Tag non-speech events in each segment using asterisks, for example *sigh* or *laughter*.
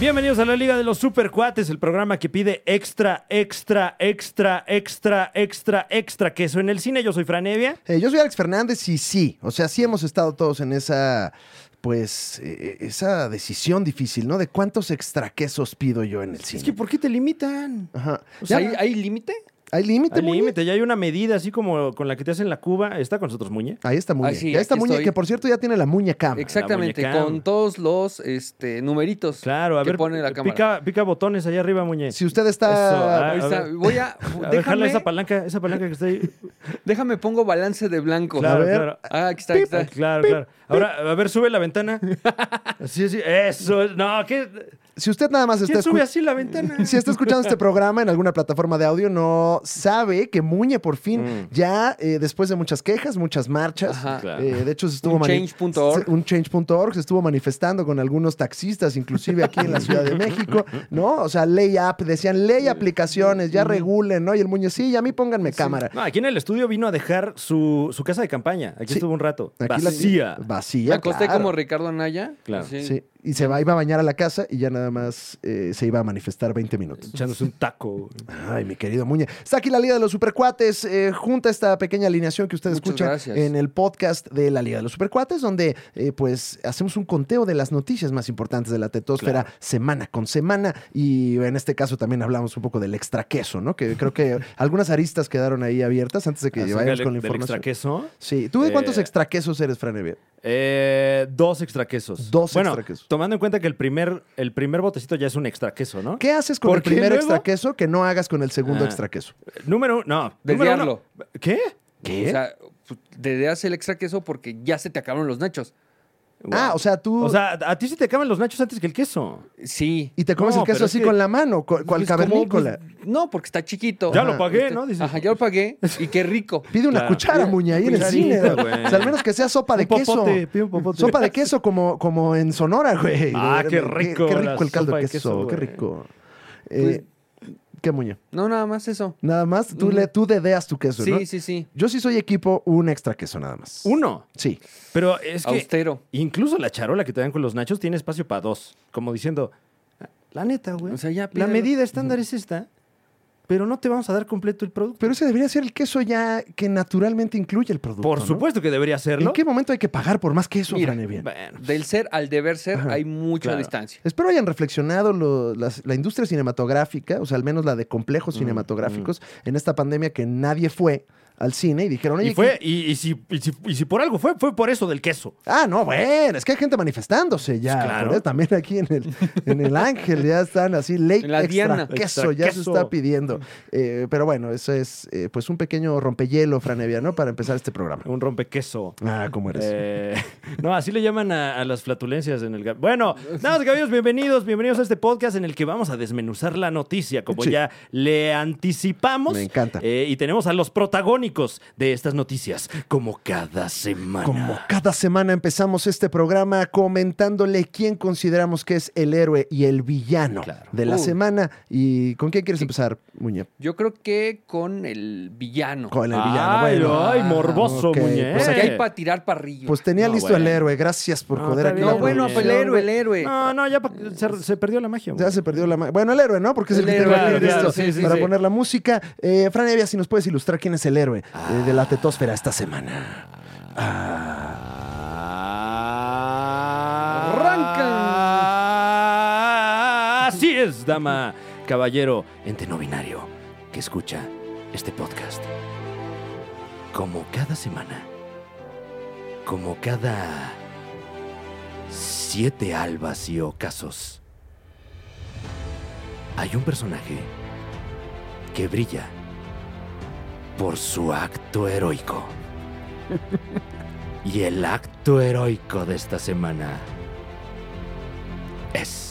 Bienvenidos a la Liga de los Supercuates, el programa que pide extra, extra, extra, extra, extra, extra queso en el cine. Yo soy Franevia. Eh, yo soy Alex Fernández y sí, o sea, sí hemos estado todos en esa, pues, eh, esa decisión difícil, ¿no? De cuántos extraquesos pido yo en el cine. Es que ¿por qué te limitan? Ajá. O sea, Ya, ¿Hay, hay límite? ¿Hay límite, Al Muñe? límite, ya hay una medida así como con la que te hacen la cuba. Está con nosotros, Muñe. Ahí está Muñe. Ah, sí, ya está aquí Muñe, estoy. que por cierto ya tiene la muña cam. Exactamente, muñeca. con todos los este, numeritos Claro, a que ver. pone la cámara. pica, pica botones allá arriba, Muñe. Si usted Eso, está... ah, Ahí a está. ver. Voy *laughs* a. A ver, jala déjame, esa palanca, esa palanca que está *laughs* ahí. déjame pongo balance de blanco. Claro, A ver. claro. Ah, aquí está, aquí está. Ah, Claro, claro. Ahora, a ver, sube la *laughs* ventana. Así, así. Eso. es- No, ¿qué? Si usted nada más está ¿Quién escu- sube así la *laughs* ventana? *laughs* Si está escuchando este programa en alguna plataforma de audio, no sabe que Muñe por Mm. fin, ya eh, después de muchas quejas, muchas marchas, Ajá. Claro. eh, de hecho se estuvo Un mani- change.org. se- un change.org se estuvo manifestando con algunos taxistas, inclusive aquí en la Ciudad de México, ¿no? O sea, ley app, decían ley aplicaciones, ya regulen, ¿no? Y el Muñe, sí, y a mí pónganme cámara. No, aquí en el estudio vino a dejar su, su casa de campaña. Aquí Sí. estuvo un rato. Aquí la- Vacía. vacía. Me acosté claro. como Ricardo Anaya. Claro. así. Sí, y se va, iba a bañar a la casa y ya nada más eh, se iba a manifestar 20 minutos. Echándose un *laughs* taco. Ay, mi querido Muñe. Está aquí la Liga de los Supercuates. eh, junta esta pequeña alineación que usted Muchas escucha gracias. en el podcast de la Liga de los Supercuates, donde eh, pues hacemos un conteo de las noticias más importantes de la tetosfera semana con semana. Y en este caso también hablamos un poco del extraqueso, ¿no? Que creo *laughs* que algunas aristas quedaron ahí abiertas antes de que Acerca vayamos del- con la del información. extraqueso. Sí. ¿Tú de cuántos Eh, extraquesos eres, Franevia? Eh, dos extraquesos. Dos bueno, extraquesos. Tomando en cuenta que el primer, el primer botecito ya es un extraqueso, ¿no? ¿Qué haces con el ¿por qué primer luego? extraqueso que no hagas con el segundo Ah. extraqueso? Número uno. No. número Desviarlo. uno- ¿Qué? ¿Qué? O sea, pues, te das el extra queso porque ya se te acabaron los nachos. Ah, o sea, tú... O sea, a ti sí te acaban los nachos antes que el queso. Sí. y te comes no, el queso pero es así que- con la mano, co- cual Pues, cavernícola. como, pues, no, porque está chiquito. Ya Ajá. lo pagué, Este, ¿no? Dices, Ajá, ya lo pagué. Y qué rico. Pide una Claro. cuchara, muña, ahí en el cine. cucharita, güey. O sea, al menos que sea sopa de Un popote, queso. pide un popote. Sopa de queso como, como en Sonora, güey. Ah, De- qué de- rico Qué, la rico el caldo sopa de de queso, queso, qué güey. Pues rico. Eh, ¿Qué muña? No, nada más eso. Nada más, tú, Mm. le, tú dedeas tu queso, sí, ¿no? sí, sí. Yo sí soy equipo un extra queso nada más. Uno. Sí. Pero es que Austero. incluso la charola que te dan con los nachos tiene espacio para dos. Como diciendo, la neta, güey. O sea, ya la pídelo. medida estándar es esta, pero no te vamos a dar completo el producto. Pero ese debería ser el queso ya que naturalmente incluye el producto. Por ¿no? supuesto que debería serlo. ¿En qué momento hay que pagar por más queso, Mira, Fran Evia? Bueno, Del ser al deber ser hay mucha Claro. distancia. Espero hayan reflexionado lo- las- la industria cinematográfica, o sea, al menos la de Mm, complejos cinematográficos, en esta pandemia que nadie fue al cine y dijeron, oye, y, fue, y, y si, y si- y si por algo fue, fue por eso del queso. ¿qué- Ah, no, bueno, es que hay gente manifestándose ya. Pues claro. joder, también aquí en el, en el Ángel ya están así, ley En la extra Diana. queso, Extra ya se queso. está pidiendo. Eh, pero bueno, eso es eh, pues un pequeño rompehielo, Franevia, ¿no? Para empezar este programa. Un rompequeso. Ah, ¿cómo eres? Eh, *laughs* no, así le llaman a, a las flatulencias en el... ga- Bueno, nada, más, caballeros, bienvenidos, bienvenidos a este podcast en el que vamos a desmenuzar la noticia, como Sí. ya le anticipamos. Me encanta. Eh, y tenemos a los protagónicos de estas noticias, como cada semana. Como cada semana empezamos este programa comentándole quién consideramos que es el héroe y el villano Claro. de la Uy. semana. ¿Y con quién quieres empezar, Muñe? Yo creo que con el villano. Con el Ay, villano. bueno. ay, morboso, ok, muñe. Pues Pues aquí hay para tirar parrillo. Pues tenía No, listo bueno. el héroe. Gracias por No, joder está aquí bien. la no, bueno, producción. pues el héroe, el héroe. No, no, ya pa- se, se perdió la magia. güey. Ya se perdió la ma- Bueno, el héroe, ¿no? Porque es el, El que te héroe, va a leer claro, esto claro, sí, sí, para sí. poner la música. Eh, Fran Evia, si nos puedes ilustrar quién es el héroe Ah. eh, de la tetósfera esta semana. Arranca. Así es, dama, caballero, ente no binario que escucha este podcast. Como cada semana, como cada siete albas y ocasos, hay un personaje que brilla por su acto *laughs* heroico. Y el acto heroico de esta semana es.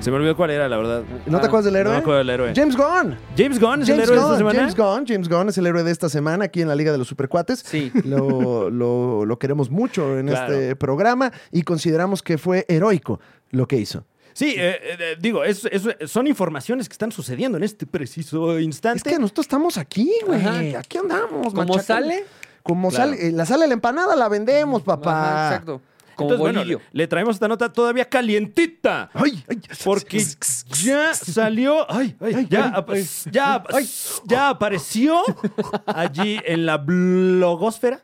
Se me olvidó cuál era, la verdad. ¿No te acuerdas del No héroe? me acuerdo del héroe. James Gunn. James Gunn es el James héroe de esta Gunn, semana. James Gunn, James Gunn es el héroe de esta semana aquí en la Liga de los Supercuates. Sí. Lo, lo- lo queremos mucho en Claro. este programa y consideramos que fue heroico lo que hizo. Sí, eh, eh, eh, digo, es- es- son informaciones que están sucediendo en este preciso Es instante. que nosotros estamos aquí, güey. Ajá. Aquí andamos. Como machacando. sale. Como Claro. sale. eh, La sale la empanada la vendemos, *laughs* papá. Ajá, exacto. como Entonces, bueno, bolillo. le traemos esta nota todavía calientita. ¡Ay! ay Porque ya salió, ay, ay, Ay, ya, ay, ap- ya, ya apareció allí en la blogosfera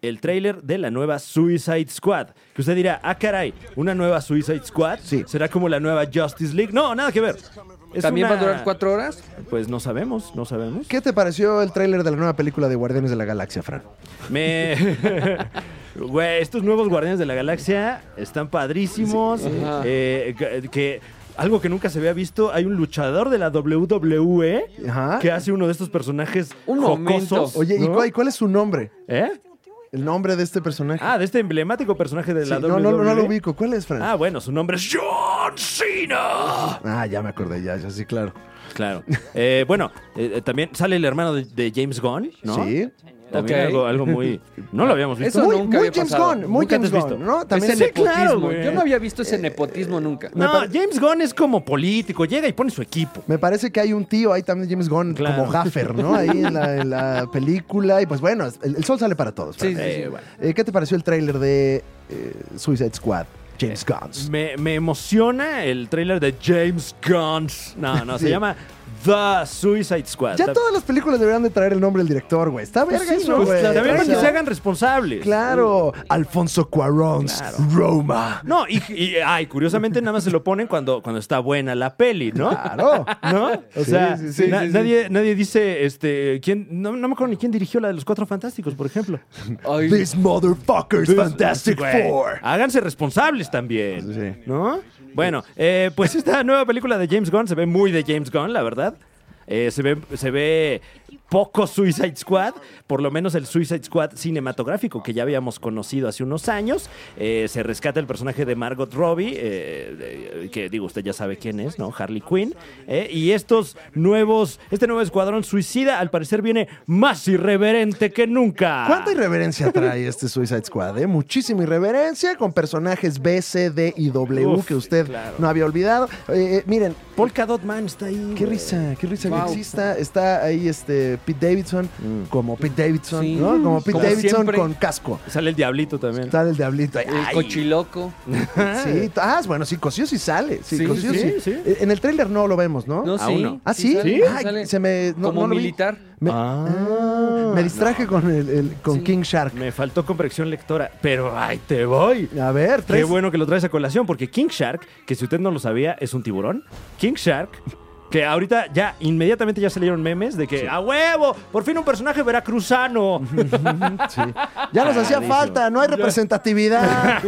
el tráiler de la nueva Suicide Squad. Que usted dirá, ah, caray, ¿una nueva Suicide Squad? Sí. ¿Será como la nueva Justice League? No, nada que ver. Es ¿También va a una- durar cuatro horas? Pues no sabemos, no sabemos. ¿Qué te pareció el tráiler de la nueva película de Guardianes de la Galaxia, Fran? Me... *laughs* Güey, estos nuevos Guardianes de la Galaxia están padrísimos. Ajá. Eh, que- que algo que nunca se había visto, hay un luchador de la WWE Ajá. que hace uno de estos personajes Un momento. jocosos. Oye, ¿y ¿no? cuál, cuál es su nombre? ¿Eh? El nombre de este personaje. Ah, de este emblemático personaje de Sí, la no, no, WWE. no, no lo ubico. ¿Cuál es, Fran? Ah, bueno, su nombre es John Cena. Ah, ya me acordé, ya, ya sí, claro. Claro. Eh, bueno, eh, eh, también sale el hermano de, de James Gunn, ¿no? Sí. También Ok. algo, algo muy... No lo habíamos visto. Eso muy nunca muy había James pasado. Gunn, muy Nunca James te has visto. Gunn, ¿no? También Ese Sí, nepotismo. claro, güey. Yo no había visto Eh, ese nepotismo nunca. No, James Gunn es como político, llega y pone su equipo. Me parece que hay un tío ahí también, James Gunn, Claro. como Gaffer, ¿no? Ahí en la, *laughs* en la película. Y pues bueno, el, el sol sale para todos. Fran. Sí, sí, sí. Eh, bueno. Eh, ¿Qué te pareció el tráiler de eh, Suicide Squad? Eh, James Gunn. Me, me emociona el tráiler de James Gunn. No, no, se Sí. llama The Suicide Squad. Ya Ta- todas las películas deberían de traer el nombre del director, güey. Está Pues verga sí, eso, ¿no? güey. También para que Claro. se hagan responsables. Claro. Alfonso Cuarón, Claro. Roma. No, y, y- ay, curiosamente nada más se lo ponen cuando, cuando está buena la peli, *laughs* ¿no? Claro. ¿No? O Sí, sea, sí, sí, na- sí, sí. nadie, nadie dice, este, quién, no, no me acuerdo ni quién dirigió la de los Cuatro Fantásticos, por ejemplo. Ay, This motherfucker's Fantastic Güey, Four. Háganse responsables también. Sí. ¿No? Bueno, eh, pues esta nueva película de James Gunn se ve muy de James Gunn, la verdad. Eh, se, ve, se ve poco Suicide Squad, por lo menos el Suicide Squad cinematográfico que ya habíamos conocido hace unos años. Eh, se rescata el personaje de Margot Robbie, eh, de- que digo, usted ya sabe quién es, ¿no? Harley Quinn. Eh, y estos nuevos, este nuevo escuadrón suicida al parecer viene más irreverente que nunca. ¿Cuánta irreverencia trae este Suicide Squad? eh? Muchísima irreverencia con personajes B, C, D y W Uf, que usted claro. no había olvidado. Eh, eh, miren, Polka Dot Man está ahí. qué güey. risa, qué risa Wow. que exista. Está ahí este Pete Davidson como Pete Davidson, Sí. ¿no? Como Pete Como Davidson siempre. con casco. Sale el diablito también. Está el diablito. ahí. el Ay, cochiloco. *laughs* sí. Ah, bueno, sí, Cosío sí sale. Sí, Sí, Cosío sí, sí. sí. Eh, En el tráiler no lo vemos, ¿no? No, A sí. uno. ¿Ah, sí? sale, Ay, sale. se me... no- Como no lo vi. militar. Me, Ah. Ah, me distraje con, el, el- con Sí. King Shark. Me faltó comprensión lectora, pero ahí te voy. A ver, Qué tres. bueno que lo traes a colación, porque King Shark, que si usted no lo sabía, es un tiburón. King Shark, que ahorita ya inmediatamente ya salieron memes de que ¡a huevo! ¡Por fin un personaje *laughs* veracruzano! Sí. Ya nos hacía Clarísimo. falta, no *laughs* hay representatividad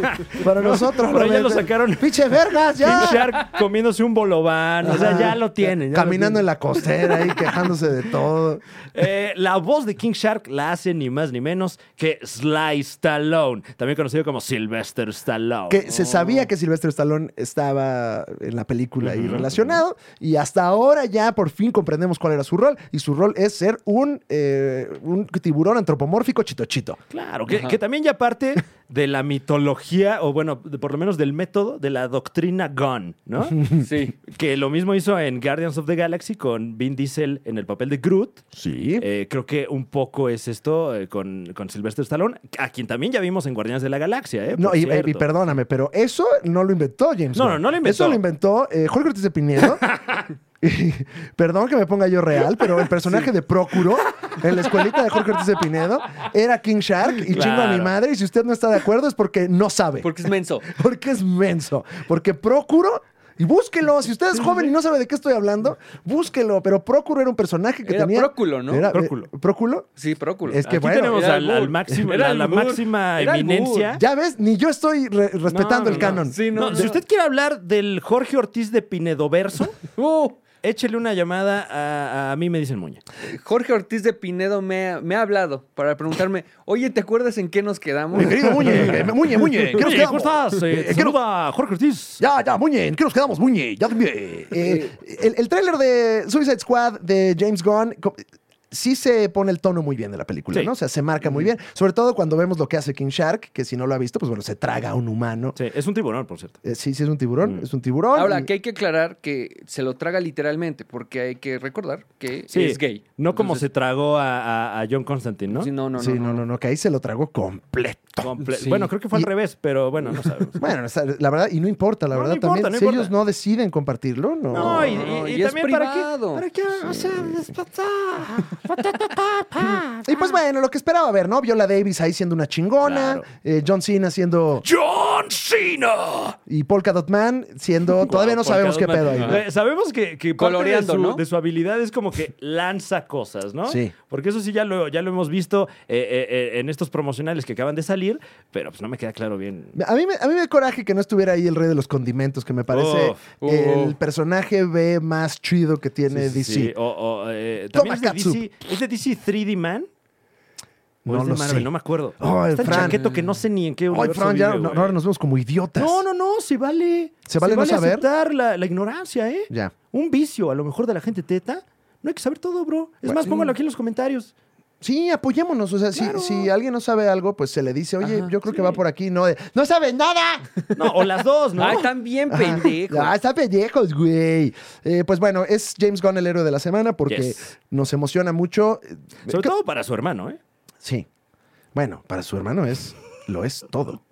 para nosotros. pero ya lo meten. sacaron. ¡Pinche vergas, King ya! Shark comiéndose un bolobán. O sea, ya lo tienen. ya lo Caminando en tienen. la costera ahí, quejándose de todo. Eh, la voz de King Shark la hace ni más ni menos que Sly Stallone, también conocido como Sylvester Stallone. Que se sabía que Silvestre Stallone estaba en la película y relacionado. Y hasta ahora ya por fin comprendemos cuál era su rol. Y su rol es ser un, eh, un tiburón antropomórfico chitochito. Claro, que, que también ya parte de la mitología, o bueno, de- por lo menos del método de la doctrina Gunn, *laughs* ¿no? Mm. Sí. que lo mismo hizo en Guardians of the Galaxy con Vin Diesel en el papel de Groot. Sí. Eh, creo que un poco es esto eh, con, con Sylvester Stallone, a quien también ya vimos en Guardianes de la Galaxia, ¿eh? No, Por y, cierto. y perdóname, pero eso no lo inventó James. No, Gunn. no, no lo inventó. Eso lo inventó eh, Jorge Ortiz *laughs* de Pinedo. *laughs* Y- Perdón que me ponga yo real, pero el personaje de Prócuro en la escuelita de Jorge Ortiz de Pinedo era King Shark y chingo a mi Claro. madre. Y si usted no está de acuerdo es porque no sabe. Porque es menso. Porque es menso. Porque Prócuro. Y búsquelo, si usted es joven y no sabe de qué estoy hablando, búsquelo. Pero Prócuro era un personaje que Era tenía. Próculo, ¿no? Era, eh, Próculo. Próculo. Sí, próculo. Es que Aquí bueno, tenemos era al, albur. al máximo, Era a la albur. máxima Era albur. eminencia. Ya ves, ni yo estoy re- respetando No, no, no. el canon. Sí, Ah, no, No, no. Si usted quiere hablar del Jorge Ortiz de Pinedo *laughs* verso, Uh, échele una llamada a, a, a mí me dicen Muñe. Jorge Ortiz de Pinedo me ha, me ha hablado para preguntarme, oye, ¿te acuerdas en qué nos quedamos? Mi *laughs* querido Muñe, eh, Muñe, Muñe, ¿qué nos Oye, ¿Cómo quedamos? estás? Eh, te Eh, ¿qué nos- saluda Jorge Ortiz. Ya, ya, Muñe, ¿en qué nos quedamos, Muñe? Ya, Muñe. Eh, el, el tráiler de Suicide Squad de James Gunn co- sí se pone el tono muy bien de la película, Sí. ¿no? O sea, se marca muy bien. Sobre todo cuando vemos lo que hace King Shark, que si no lo ha visto, pues bueno, se traga a un humano. Sí, es un tiburón, por cierto. Eh, sí, sí, es un tiburón, Mm. es un tiburón. Ahora, y- que hay que aclarar que se lo traga literalmente, porque hay que recordar que Sí, es gay. No como Entonces, se tragó a, a- a John Constantine, ¿no? sí, no, no, sí, no, no. que ahí se lo *laughs* tragó completo. Comple- Sí. Bueno, creo que fue al Y- revés, pero bueno, no sabemos. Bueno, o sea, la verdad, y no importa, la No, no verdad importa, también. no si importa. ellos no deciden compartirlo, *laughs* no. No, y, no, y- y y es también para qué. privado. Para qué, o sea, es Y pues bueno, lo que esperaba ver, ¿no? Viola Davis ahí siendo una chingona, Ah. Claro. eh, John Cena siendo. ¡John Cena! Y Polka Dot Man *laughs* siendo. todavía no Guau, sabemos qué porque pedo ahí. además- ¿no? Eh, sabemos que, que parte Coloreando, de, su, ¿no? de su habilidad es como que lanza cosas, ¿no? Sí. Porque eso sí ya lo, ya lo hemos visto eh, eh, eh, en estos promocionales que acaban de salir, pero pues no me queda claro bien. A mí, me, a mí me da coraje que no estuviera ahí el rey de los condimentos, que me parece Uf, uf. el personaje B más chido que tiene Sí, sí, DC. sí. O, o, eh, también es de, Katsup. DC, ¿Es de DC 3D Man? ¿O No es de lo Marvel? sé. No me acuerdo. Ay, Está el Fran. chaqueto que no sé ni en qué Ay, universo Fran, ya vive, no- güey. ahora nos vemos como idiotas. No, no, no, se vale. Se vale no saber. aceptar la, la ignorancia, ¿eh? Ya. Un vicio, a lo mejor, de la gente teta. No hay que saber todo, bro. Es Bueno, más, sí. póngalo aquí en los comentarios. Sí, apoyémonos. O sea, si- Claro. si, alguien no sabe algo, pues se le dice, oye, Ajá, yo creo sí. que va por aquí, no de, ¡No sabes *laughs* nada! No, o las dos, *laughs* ¿no? Ay, están bien pendejos. Ah, está pendejos, güey. Eh, pues bueno, es James Gunn el héroe de la semana porque Yes. nos emociona mucho. Eh, Sobre que- todo para su hermano, ¿eh? Sí. Bueno, para su hermano es, lo es todo.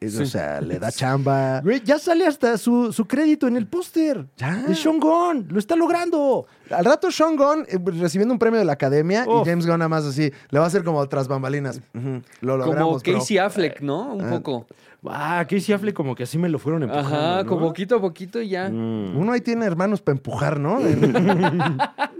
Es, O sea, le da chamba. Güey, ya sale hasta su, su crédito en el póster. Ya. De Sean Gunn. Lo está logrando. Al rato Sean Gunn eh, recibiendo un premio de la academia Uf. y James Gunn nada más así, le va a hacer como tras bambalinas. Ujú, Lo Como logramos, bro. Casey Affleck, ¿no? Un Ah, poco. Ah, Casey Affleck como que así me lo fueron empujando, Ajá, ¿no? como poquito a poquito y ya. Mm. Uno ahí tiene hermanos para empujar, ¿no? *laughs*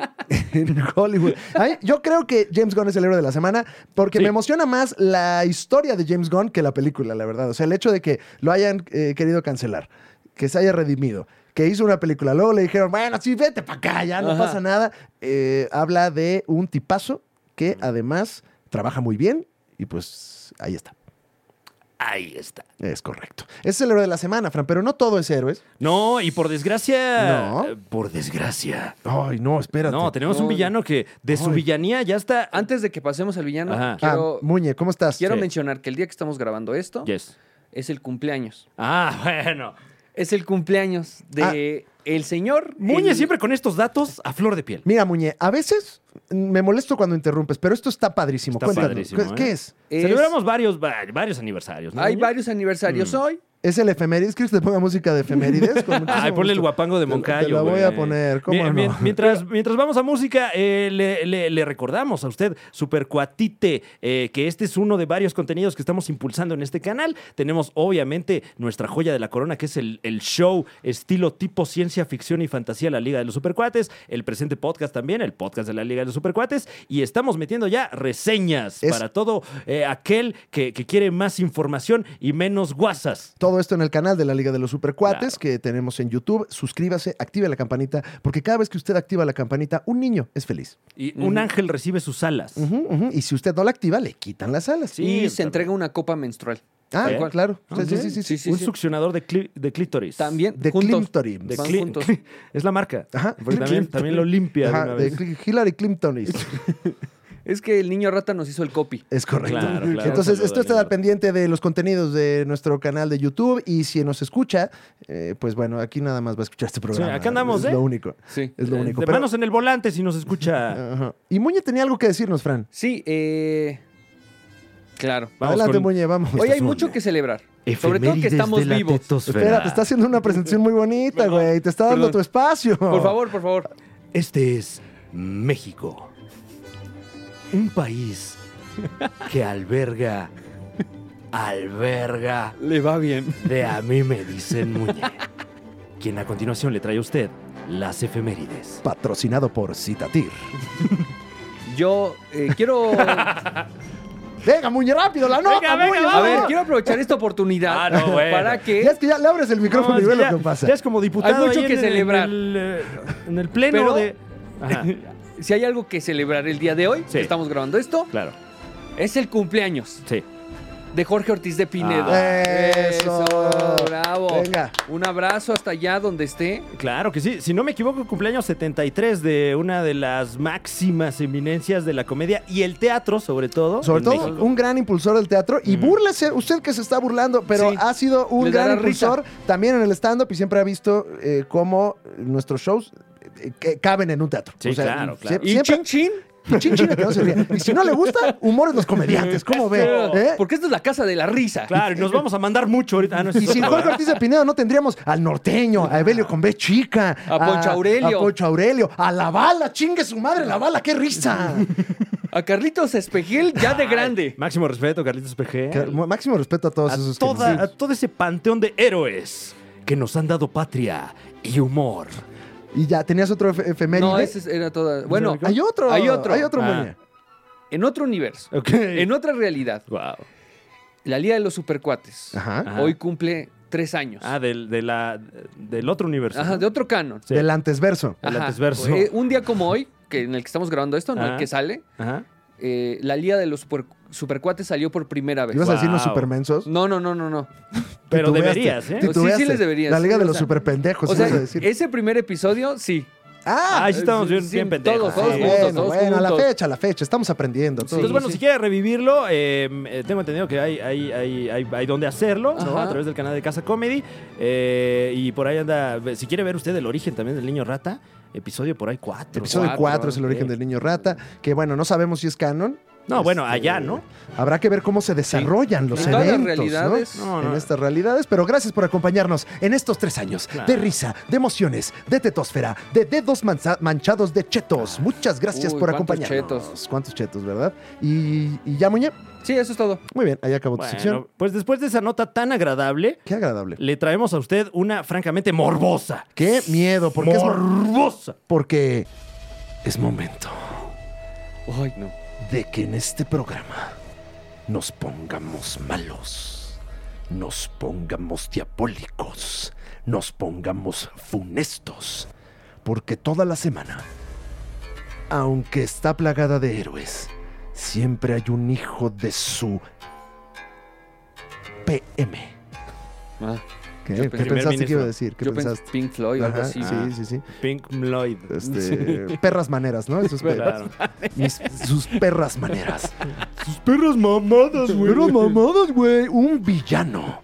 En, en Hollywood. Ay, yo creo que James Gunn es el héroe de la semana porque Sí. me emociona más la historia de James Gunn que la película, la verdad. O sea, el hecho de que lo hayan eh, querido cancelar, que se haya redimido, que hizo una película, luego le dijeron, bueno, sí, vete para acá, ya no Ajá. pasa nada. Eh, habla de un tipazo que además trabaja muy bien y pues ahí está. Ahí está. Es correcto. Es el héroe de la semana, Fran, pero no todo es héroe. No, y por desgracia... No. eh, Por desgracia. Ay, no, espérate. No, tenemos un No. villano que de su Ay. villanía ya está... Antes de que pasemos al villano, Ajá. quiero, Ah, Muñe, ¿cómo estás? quiero sí. mencionar que el día que estamos grabando esto Yes. es el cumpleaños. Ah, *laughs* bueno. Es el cumpleaños de Ah. el señor. Muñe el- siempre con estos datos a flor de piel. Mira, Muñe, a veces me molesto cuando interrumpes, pero esto está padrísimo. Está Cuéntanos, padrísimo, ¿qué, ¿eh? qué es? es- Celebramos varios, va- varios aniversarios, ¿no, Hay Muñe? varios aniversarios Mm. hoy. ¿Es el efemérides? ¿Quieres que te ponga música de efemérides? *laughs* Con muchísimo Ay, ponle el gusto. guapango de Te- Moncayo. Te la voy güey. a poner, ¿cómo Mien- no? mien- *laughs* mientras, mientras vamos a música, eh, le, le- le recordamos a usted, Supercuatite, eh, que este es uno de varios contenidos que estamos impulsando en este canal. Tenemos, obviamente, nuestra joya de la corona, que es el, el show estilo tipo ciencia ficción y fantasía La Liga de los Supercuates. El presente podcast también, el podcast de La Liga de los Supercuates. Y estamos metiendo ya reseñas Es- para todo eh, aquel que, que quiere más información y menos guasas. Todo esto en el canal de la Liga de los Supercuates que tenemos en YouTube. Suscríbase, active la campanita, porque cada vez que usted activa la campanita, un niño es feliz. Y un Ujú. ángel recibe sus alas. Ujú, ujú. Y si usted no la activa, le quitan las alas. Sí, y se también. entrega una copa menstrual. Ah, tal cual. claro. Ah, Sí, sí, ok. sí, sí, sí. Sí, sí, un sí. succionador de, cli- de clítoris. También De juntos. Clinton. De Van cli- juntos. cli- es la marca. Ajá. Porque también, Clinton. también lo limpia. de Ajá, una de vez. Cl- Hillary Clinton. Es que el niño rata nos hizo el copy. Es correcto. Claro, claro, Entonces, saludo, esto está Leonardo. al pendiente de los contenidos de nuestro canal de YouTube. Y si nos escucha, eh, pues bueno, aquí nada más va a escuchar este programa. Sí, acá andamos, Es ¿eh? lo único. Sí. Es lo Eh, único. de pero- manos en el volante si nos *laughs* escucha. Ajá. Y Muñe tenía algo que decirnos, Fran. Sí, eh, Claro. Vamos Adelante, con- Muñe, vamos. Hoy hay son mucho que celebrar. Sobre todo que Efemérides de estamos la vivos. tetosfera. Espera, te está haciendo una presentación muy bonita, Perdón, güey. Te está dando perdón. tu espacio. Por favor, por favor. Este es México. Un país que alberga. Alberga Le va bien. de a mí me dicen Muñe. *laughs* Quien a continuación le trae a usted las efemérides. Patrocinado por Citatir. Yo eh, quiero. a Venga, Muñe, rápido, la nota. Venga, venga, Muñe, vamos. ver, vamos. quiero aprovechar esta oportunidad Ah, no, bueno. para que. Ya es que ya le abres el micrófono No, y ve ya- lo que pasa. Ya es como diputado. Hay mucho ahí que en el- celebrar. En el, eh, en el pleno Pero- *laughs* de. Ajá, Si hay algo que celebrar el día de hoy, Sí. que estamos grabando esto, claro. es el cumpleaños Sí. de Jorge Ortiz de Pinedo. Ah. Eso. bravo. Venga. Un abrazo hasta allá donde esté. Claro que sí. Si no me equivoco, cumpleaños 73 de una de las máximas eminencias de la comedia y el teatro, sobre todo. Sobre en todo, México. un gran impulsor del teatro. Y búrlese, usted que se está burlando, pero Mm. Sí. ha sido un Le gran dará impulsor también en el stand-up y siempre ha visto eh, cómo nuestros shows eh, que caben en un teatro. Sí, claro, sie- claro. Y siempre- chin chin. y chin, chin, que no se ría. Y si no le gusta, humor en los comediantes. ¿Cómo ve? ¿Eh? Porque esto es la casa de la risa. Este Claro, y nos vamos a mandar mucho ahorita. Ah, no, ese Y es sin otro, Jorge ¿verdad? Ortiz de Pinedo no tendríamos al norteño, a Evelio con B chica, A Poncho Aurelio. a Poncho Aurelio, a la bala, chingue su madre, la bala, qué risa. A Carlitos Espejiel ya de grande. Máximo respeto, Carlitos PG. Que- máximo respeto a todos a, esos toda- que nos- a todo ese panteón de héroes que nos han dado patria y humor. Y ya, ¿tenías otro efe- efeméride? No, ese era toda. Bueno, ¿Qué? Hay otro. Hay otro. Hay otro, Ah. Moña. en otro universo, Ok. en otra realidad, Wow. la Liga de los Supercuates Ajá. Ah. hoy cumple tres años. Ah, del, de la, del otro universo. Ajá, ¿no? de otro canon. Sí. Del antesverso. El Ajá. antisverso. Eh, un día como hoy, que en el que estamos grabando esto, en Ajá. el que sale, Ajá. eh, la Liga de los Super- Supercuates salió por primera vez. Ibas a decirnos Pues Wow. supermensos. No, no, no, no, no. Pero Titubeaste. deberías, ¿eh? Titu- Titubeaste. Sí, sí les deberías. La liga Sí, de o los sea- superpendejos, o sea, eh, ibas a decir. ese primer episodio, sí. Eh, Ah, Ay, sí, estamos bien, Sí, bien sí, pendejos. todos, Sí. todos bueno, juntos, todos bueno, a la juntos. fecha, a la fecha. Estamos aprendiendo. todos. Entonces, bueno, sí. si quieres revivirlo, eh, eh, tengo entendido que hay, hay, hay, hay, hay donde hacerlo, ¿no? Ajá. A través del canal de Casa Comedy. eh, y por ahí anda, si quiere ver usted el origen también del niño rata, episodio por ahí 4. Episodio Cuatro, 4 es el ok. origen del niño rata, que bueno, no sabemos si es canon. No, bueno, Este, allá, ¿no? Habrá que ver cómo se desarrollan los En todas las eventos, realidades. ¿no? No, no. En estas realidades. Pero gracias por acompañarnos en estos tres años de Claro. risa, de emociones, de tetosfera, de dedos manza- manchados de Ah. chetos. Muchas gracias Uy, por cuántos acompañarnos. chetos. Cuántos chetos, ¿verdad? Y, y ya, Muñe, Sí, eso es todo. muy bien, ahí acabó tu sección. Bueno, pues después de esa nota tan agradable, Qué agradable. le traemos a usted una francamente morbosa. Qué miedo, porque es, mor- morbosa. porque es momento Ay, no. de que en este programa nos pongamos malos, nos pongamos diabólicos, nos pongamos funestos, porque toda la semana, aunque está plagada de héroes, siempre hay un hijo de su PM. Ah, ¿Qué, Yo ¿Qué pensaste pensé- que Primer iba ministro. a decir? ¿Qué yo pensé pensaste? Pink Floyd o algo Ajá, así. sí, sí, sí. Pink Floyd. Este, perras maneras, ¿no? Eso es pe- *laughs* Claro. mis- sus perras maneras. Sus perros mamadas, güey. Pero mamadas, güey. Un villano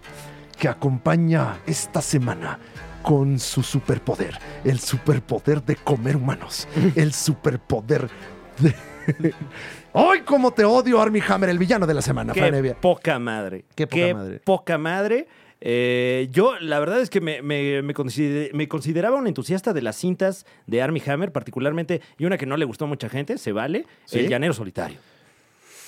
que acompaña esta semana con su superpoder. El superpoder de comer humanos. El superpoder de... ¡Ay, cómo te odio, Army Hammer! El villano de la semana, Qué Fran Evia. poca madre. Qué poca madre. poca madre. Eh, yo, la verdad es que me, me- me consider- me consideraba un entusiasta de las cintas de Army Hammer, particularmente, y una que no le gustó a mucha gente, se vale, ¿Sí? El Llanero Solitario.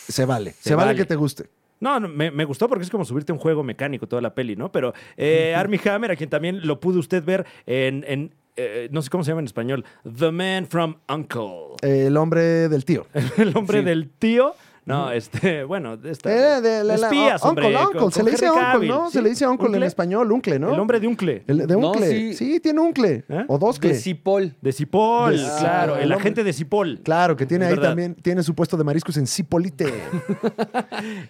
Se vale. Se, Se vale, vale. que te guste. No, no, me, me gustó porque es como subirte a un juego mecánico toda la peli, ¿no? Pero eh, Armie Hammer, a quien también lo pudo usted ver en, en, eh, no sé cómo se llama en español, The Man from Uncle. *laughs* El hombre del tío. El hombre Sí. del tío. No, este, bueno, de esta, Eh, de la- la- espías, uncle, hombre, uncle. con- se con le dice Henry uncle, Cavill, ¿no? Se ¿sí? le dice uncle, en Uncle. español, uncle, ¿no? El hombre de Uncle. El de No, uncle. sí. sí. tiene uncle. ¿Eh? O dos De Cipoll. De Cipol, De- claro. Ah, el el agente de Cipol. Claro, que tiene Es ahí verdad. también, tiene su puesto de mariscos en Cipolite.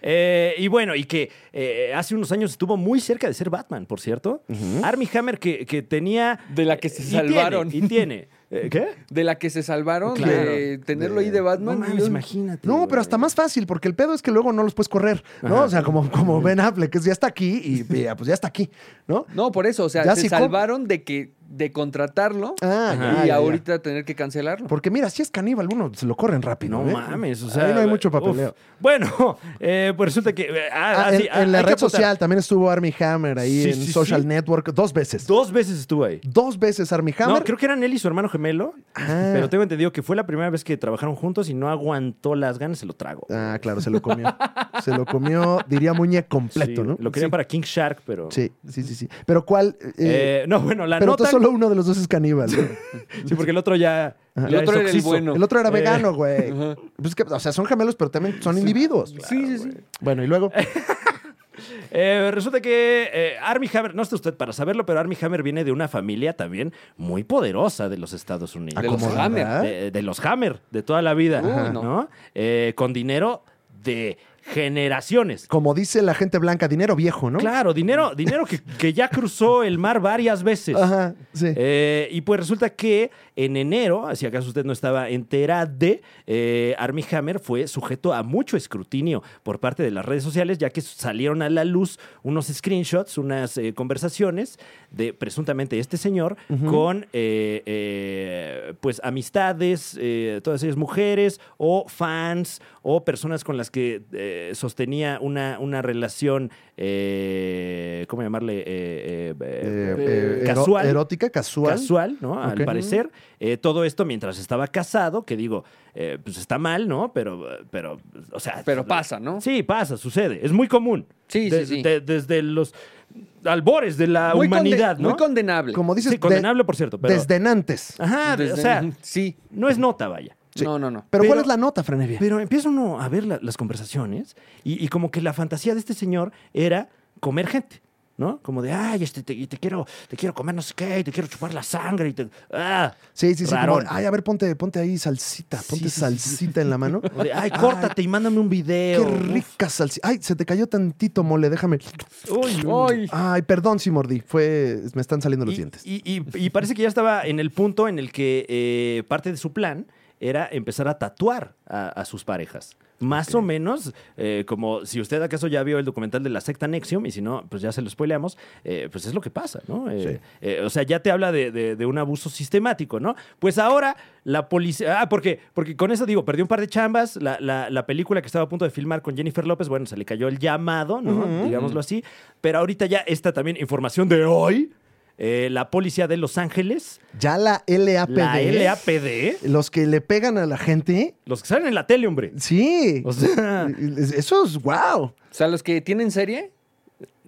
Eh, y bueno, y que eh, hace unos años estuvo muy cerca de ser Batman, por cierto. Armie Hammer que, que tenía... De la que se y salvaron. Tiene, y *laughs* tiene. eh, ¿Qué? De la que se salvaron Claro. de tenerlo De- ahí de Batman. no mames, y yo- imagínate. No, güey. pero hasta más fácil, porque el pedo es que luego no los puedes correr, ¿no? Ajá. O sea, como, como Ben Affleck, que ya está aquí y ya, pues ya está aquí, ¿no? No, por eso, o sea, Ya se si com- salvaron de que de contratarlo Ah, Ajá. ya, ya, y ya. ahorita tener que cancelarlo. Porque mira, si es caníbal, uno se lo corren rápido. No ¿eh? mames, o sea... Ahí no hay mucho uf. papeleo. Bueno, *laughs* eh, pues resulta que... eh, ah, Ah, ah, en, sí, ah, en la hay que red apuntar. social también estuvo Army Hammer ahí Sí, en sí, Social sí. Network dos veces. Dos veces estuvo ahí. dos veces Army Hammer. No, creo que eran él y su hermano gemelo. Ah. Pero tengo entendido que fue la primera vez que trabajaron juntos y no aguantó las ganas, se lo trago. Ah, claro, se lo comió. se lo comió, diría Muñe completo, Sí, ¿no? Lo querían para King Shark, pero. Sí, sí, sí, sí. Pero cuál. Eh, Eh, no, bueno, la pero nota. entonces solo uno de los dos es caníbal. ¿no? *laughs* Sí, porque el otro ya. El ya otro es era el oxiso. bueno. El otro era Eh, vegano, güey. ajá. Pues que, o sea, son gemelos, pero también son individuos. sí, sí, sí. Bueno, y luego. Eh, resulta que eh, Armie Hammer, no está usted para saberlo, pero Armie Hammer viene de una familia también muy poderosa de los eh. Estados Unidos. De los Acomodará. Hammer. de, de los Hammer de toda la vida, Uh, ¿no? Eh, con dinero de generaciones. Como dice la gente blanca, dinero viejo, ¿no? Claro, dinero, dinero que, que ya cruzó el mar varias veces. Ajá, sí. Eh, y pues resulta que en enero, si acaso usted no estaba enterada, eh, Armie Hammer fue sujeto a mucho escrutinio por parte de las redes sociales, ya que salieron a la luz unos screenshots, unas eh, conversaciones de presuntamente este señor con eh, eh, pues amistades, eh, todas ellas mujeres o fans o personas con las que eh, sostenía una, una relación, eh, ¿cómo llamarle? Eh, eh, eh, Eh, eh, ero- casual Erótica, casual. casual, ¿no? Al Ok. parecer. Eh, todo esto mientras estaba casado, que digo, eh, pues está mal, ¿no? Pero, eh, pero, o sea. Pero pasa, ¿no? Sí, pasa, sucede. Es muy común. Sí, sí, De- sí. de- desde los albores de la Muy conde- humanidad, ¿no? Muy condenable. Como dices, Sí, condenable, por cierto, pero- Ah, Desdenantes. Ajá, de- o Desde- sea, *laughs* sí. no es nota, vaya. Sí. No, no, no. Pero, Pero- ¿cuál es la nota, Franevia? Pero empieza uno a ver la- las conversaciones y, y como que la fantasía de este señor era comer gente, ¿no? Como de, ay, este, te, y te quiero, te quiero comer no sé qué, y te quiero chupar la sangre y te... Ah, Sí, sí, sí. como, Rarón. ay, a ver, ponte, ponte ahí salsita. Sí, Ponte sí, sí. salsita en la *laughs* mano. O de, ay, córtate y mándame un video. Qué rica salsita. Ay, se te cayó tantito mole, déjame. Uy, Ay. Ay, perdón si mordí. Fue. Me están saliendo los Y- dientes. Y, y- y parece que ya estaba en el punto en el que eh, parte de su plan era empezar a tatuar a, a sus parejas. Más o menos, eh, como si usted acaso ya vio el documental de la secta Nexium, y si no, pues ya se lo spoileamos, eh, pues es lo que pasa, ¿no? Eh, eh, o sea, ya te habla de, de- de un abuso sistemático, ¿no? Pues ahora la policía. Ah, porque, porque con eso digo, perdió un par de chambas. La, la- la película que estaba a punto de filmar con Jennifer López, bueno, se le cayó el llamado, ¿no? Digámoslo así. Pero ahorita ya está también información de hoy. Eh, la policía de Los Ángeles, Ya la LAPD. la LAPD, Los que le pegan a la gente. los que salen en la tele, hombre. Sí. O sea, Eso es wow. O sea, los que tienen serie,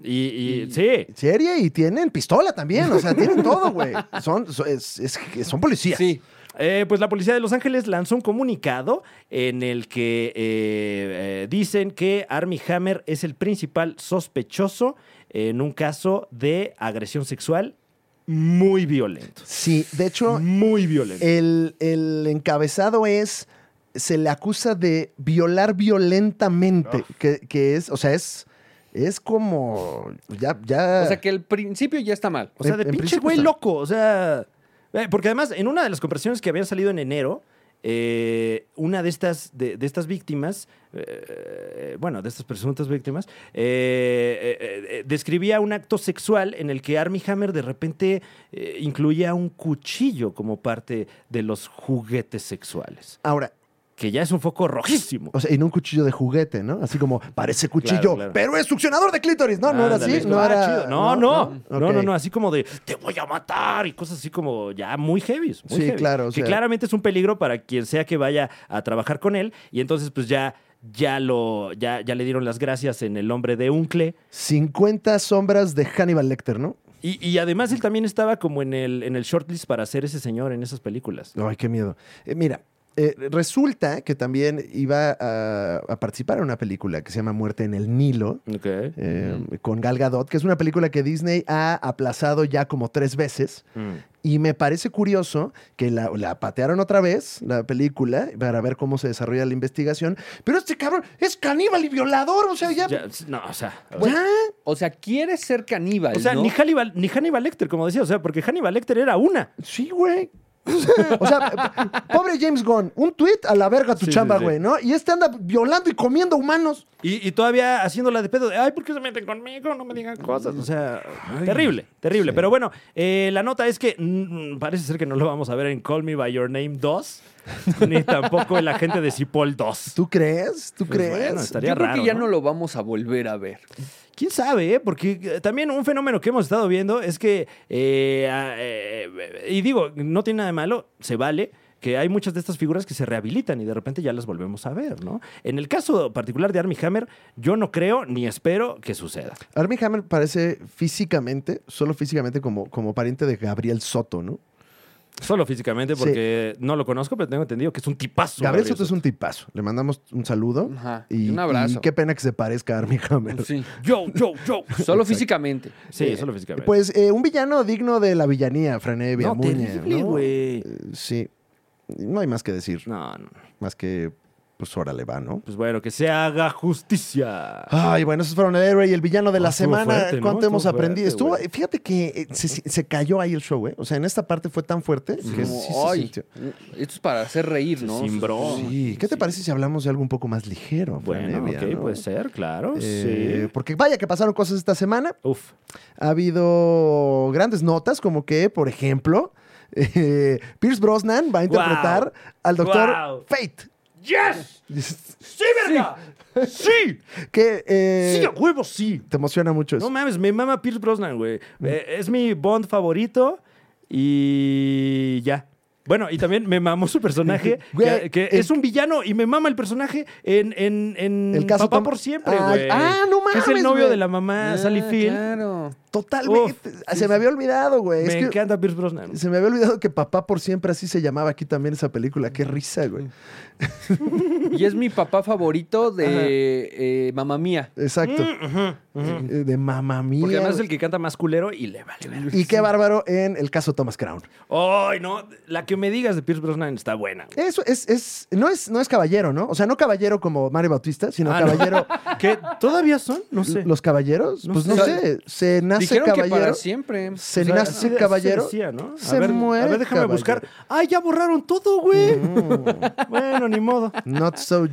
y, y- sí. Serie y tienen pistola también. O sea, tienen todo, *laughs* güey. Son, son, es- es- son policías. sí. Eh, pues la policía de Los Ángeles lanzó un comunicado en el que eh, eh, dicen que Armie Hammer es el principal sospechoso en un caso de agresión sexual muy violento. Sí, de hecho, Muy violento. el, el encabezado es. Se le acusa de violar violentamente. Que, que es, o sea, es. Es como. Ya, ya. O sea, que el principio ya está mal. o sea, en- de en pinche principio güey está. loco. O sea. eh, porque además, en una de las conversaciones que habían salido en enero, eh, una de estas, de, de estas víctimas, eh, bueno, de estas presuntas víctimas, eh, eh, eh, describía un acto sexual en el que Armie Hammer de repente eh, incluía un cuchillo como parte de los juguetes sexuales. Ahora, Que ya es un foco rojísimo. O sea, y no un cuchillo de juguete, ¿no? Así como, parece Claro, cuchillo, claro. pero es succionador de clítoris. No, no era Ándale, así. es como, No, ah, era, chido. no, no, no, no, Ok. no, así como de te voy a matar y cosas así como ya muy heavy. Sí, claro, o Que sea. claramente es un peligro para quien sea que vaya a trabajar con él y entonces pues ya, ya lo, ya, ya le dieron las gracias en el hombre de Uncle. 50 sombras de Hannibal Lecter, ¿no? Y, y además él también estaba como en el, en el shortlist para ser ese señor en esas películas. Ay, qué miedo. Eh, mira, eh, resulta que también iba a, a participar en una película que se llama Muerte en el Nilo. Ok. eh, Ujú. Con Gal Gadot, que es una película que Disney ha aplazado ya como tres veces. Y me parece curioso que la, la patearon otra vez, la película, para ver cómo se desarrolla la investigación. Pero este cabrón es caníbal y violador, o sea, ya. Ya, no, o sea. o sea, ya. O sea, quieres ser caníbal. o sea, ¿no? ni, Hannibal, ni Hannibal Lecter, como decía, o sea, porque Hannibal Lecter era una. Sí, güey. o sea, p- pobre James Gunn, un tweet a la verga tu Sí, chamba, sí, sí. güey, ¿no? Y este anda violando y comiendo humanos. Y, y todavía haciéndola de pedo, de, ay, ¿por qué se meten conmigo? No me digan cosas. O sea, terrible, terrible. Pero bueno, eh, la nota es que mm, parece ser que no lo vamos a ver en Call Me By Your Name 2, *laughs* ni tampoco el agente de Cipoll 2. ¿Tú crees? ¿Tú Pues crees? bueno, estaría Yo creo raro, que ya ¿no? ¿no? lo vamos a volver a ver. ¿Quién sabe? eh? Porque eh, también un fenómeno que hemos estado viendo es que, eh, ah, eh, y digo, no tiene nada de malo, se vale que hay muchas de estas figuras que se rehabilitan y de repente ya las volvemos a ver, ¿no? En el caso particular de Armie Hammer, yo no creo ni espero que suceda. Armie Hammer parece físicamente, solo físicamente, como, como pariente de Gabriel Soto, ¿no? Solo físicamente, porque no lo conozco, pero tengo entendido que es un tipazo. Gabriel Soto es un tipazo. Le mandamos un saludo. Ajá. Y, Y un abrazo. y qué pena que se parezca a Armie Hammer. Sí. Yo, yo, *laughs* yo. Solo físicamente. Sí, Eh, solo físicamente. Pues eh, un villano digno de la villanía, Franevia, no, Muñe. terrible, ¿no? güey. Eh, Sí. No hay más que decir, No, no. más que Pues órale, va, ¿no? Pues bueno, que se haga justicia. Ay, bueno, esos fueron el héroe y el villano de Ah, la estuvo semana. fuerte, ¿no? ¿Cuánto hemos Estuvo aprendido? fuerte, Estuvo, güey. fíjate que eh, se, se cayó ahí el show, ¿eh? O sea, en esta parte fue tan fuerte que Como, sí se "Ay, sintió. Esto es para hacer reír, Se ¿no? cimbró. Sí, ¿qué te parece si hablamos de algo un poco más ligero? Fran Bueno, Evia, ok, pues, ¿no? puede ser, claro. Eh, sí. Porque vaya que pasaron cosas esta semana. Uf. Ha habido grandes notas, como que, por ejemplo, *laughs* eh, Pierce Brosnan va a interpretar al doctor Guau. Fate. *laughs* ¡Yes! ¡Sí, verga! ¡Sí! Que *laughs* eh, ¡Sí, a huevo, sí! te emociona mucho eso. No mames, me mama Pierce Brosnan, güey. Eh, es mi Bond favorito y ya. Bueno, y también me mamó su personaje, Güey, que, que el- es un villano y me mama el personaje en, en, en El caso Papá Tom- por Siempre, Ay, güey. ah, no Que es el mames, novio güey. de la mamá, Ah, Sally Field. Claro. Totalmente. Uf, se sí, me sí. había olvidado, güey. Es Me que- encanta Pierce Brosnan. Se me había olvidado que Papá por siempre así se llamaba aquí también esa película. Qué risa, güey. Mm. Y es mi papá favorito de eh, Mamá Mía. Exacto. Mm, ujú, ujú. Eh, De mamá mía. Porque además es güey. el que canta más culero y le vale verga. Y qué bárbaro en el caso Thomas Crown. Ay, no, la que me digas de Pierce Brosnan está buena. güey. Eso es, es, no es, no es caballero, ¿no? O sea, no caballero como Mario Bautista, sino Ah, no. *laughs* caballero. ¿Que todavía son? No sé. Los caballeros, No pues sé. no O sea, sé. Se nace Dijeron que para caballero. siempre. Se O sea, así nace de- así caballero. decía, ¿no? se a ver, muere A ver, déjame caballero. buscar. ¡Ay, ya borraron todo, güey! bueno, ni modo. Not so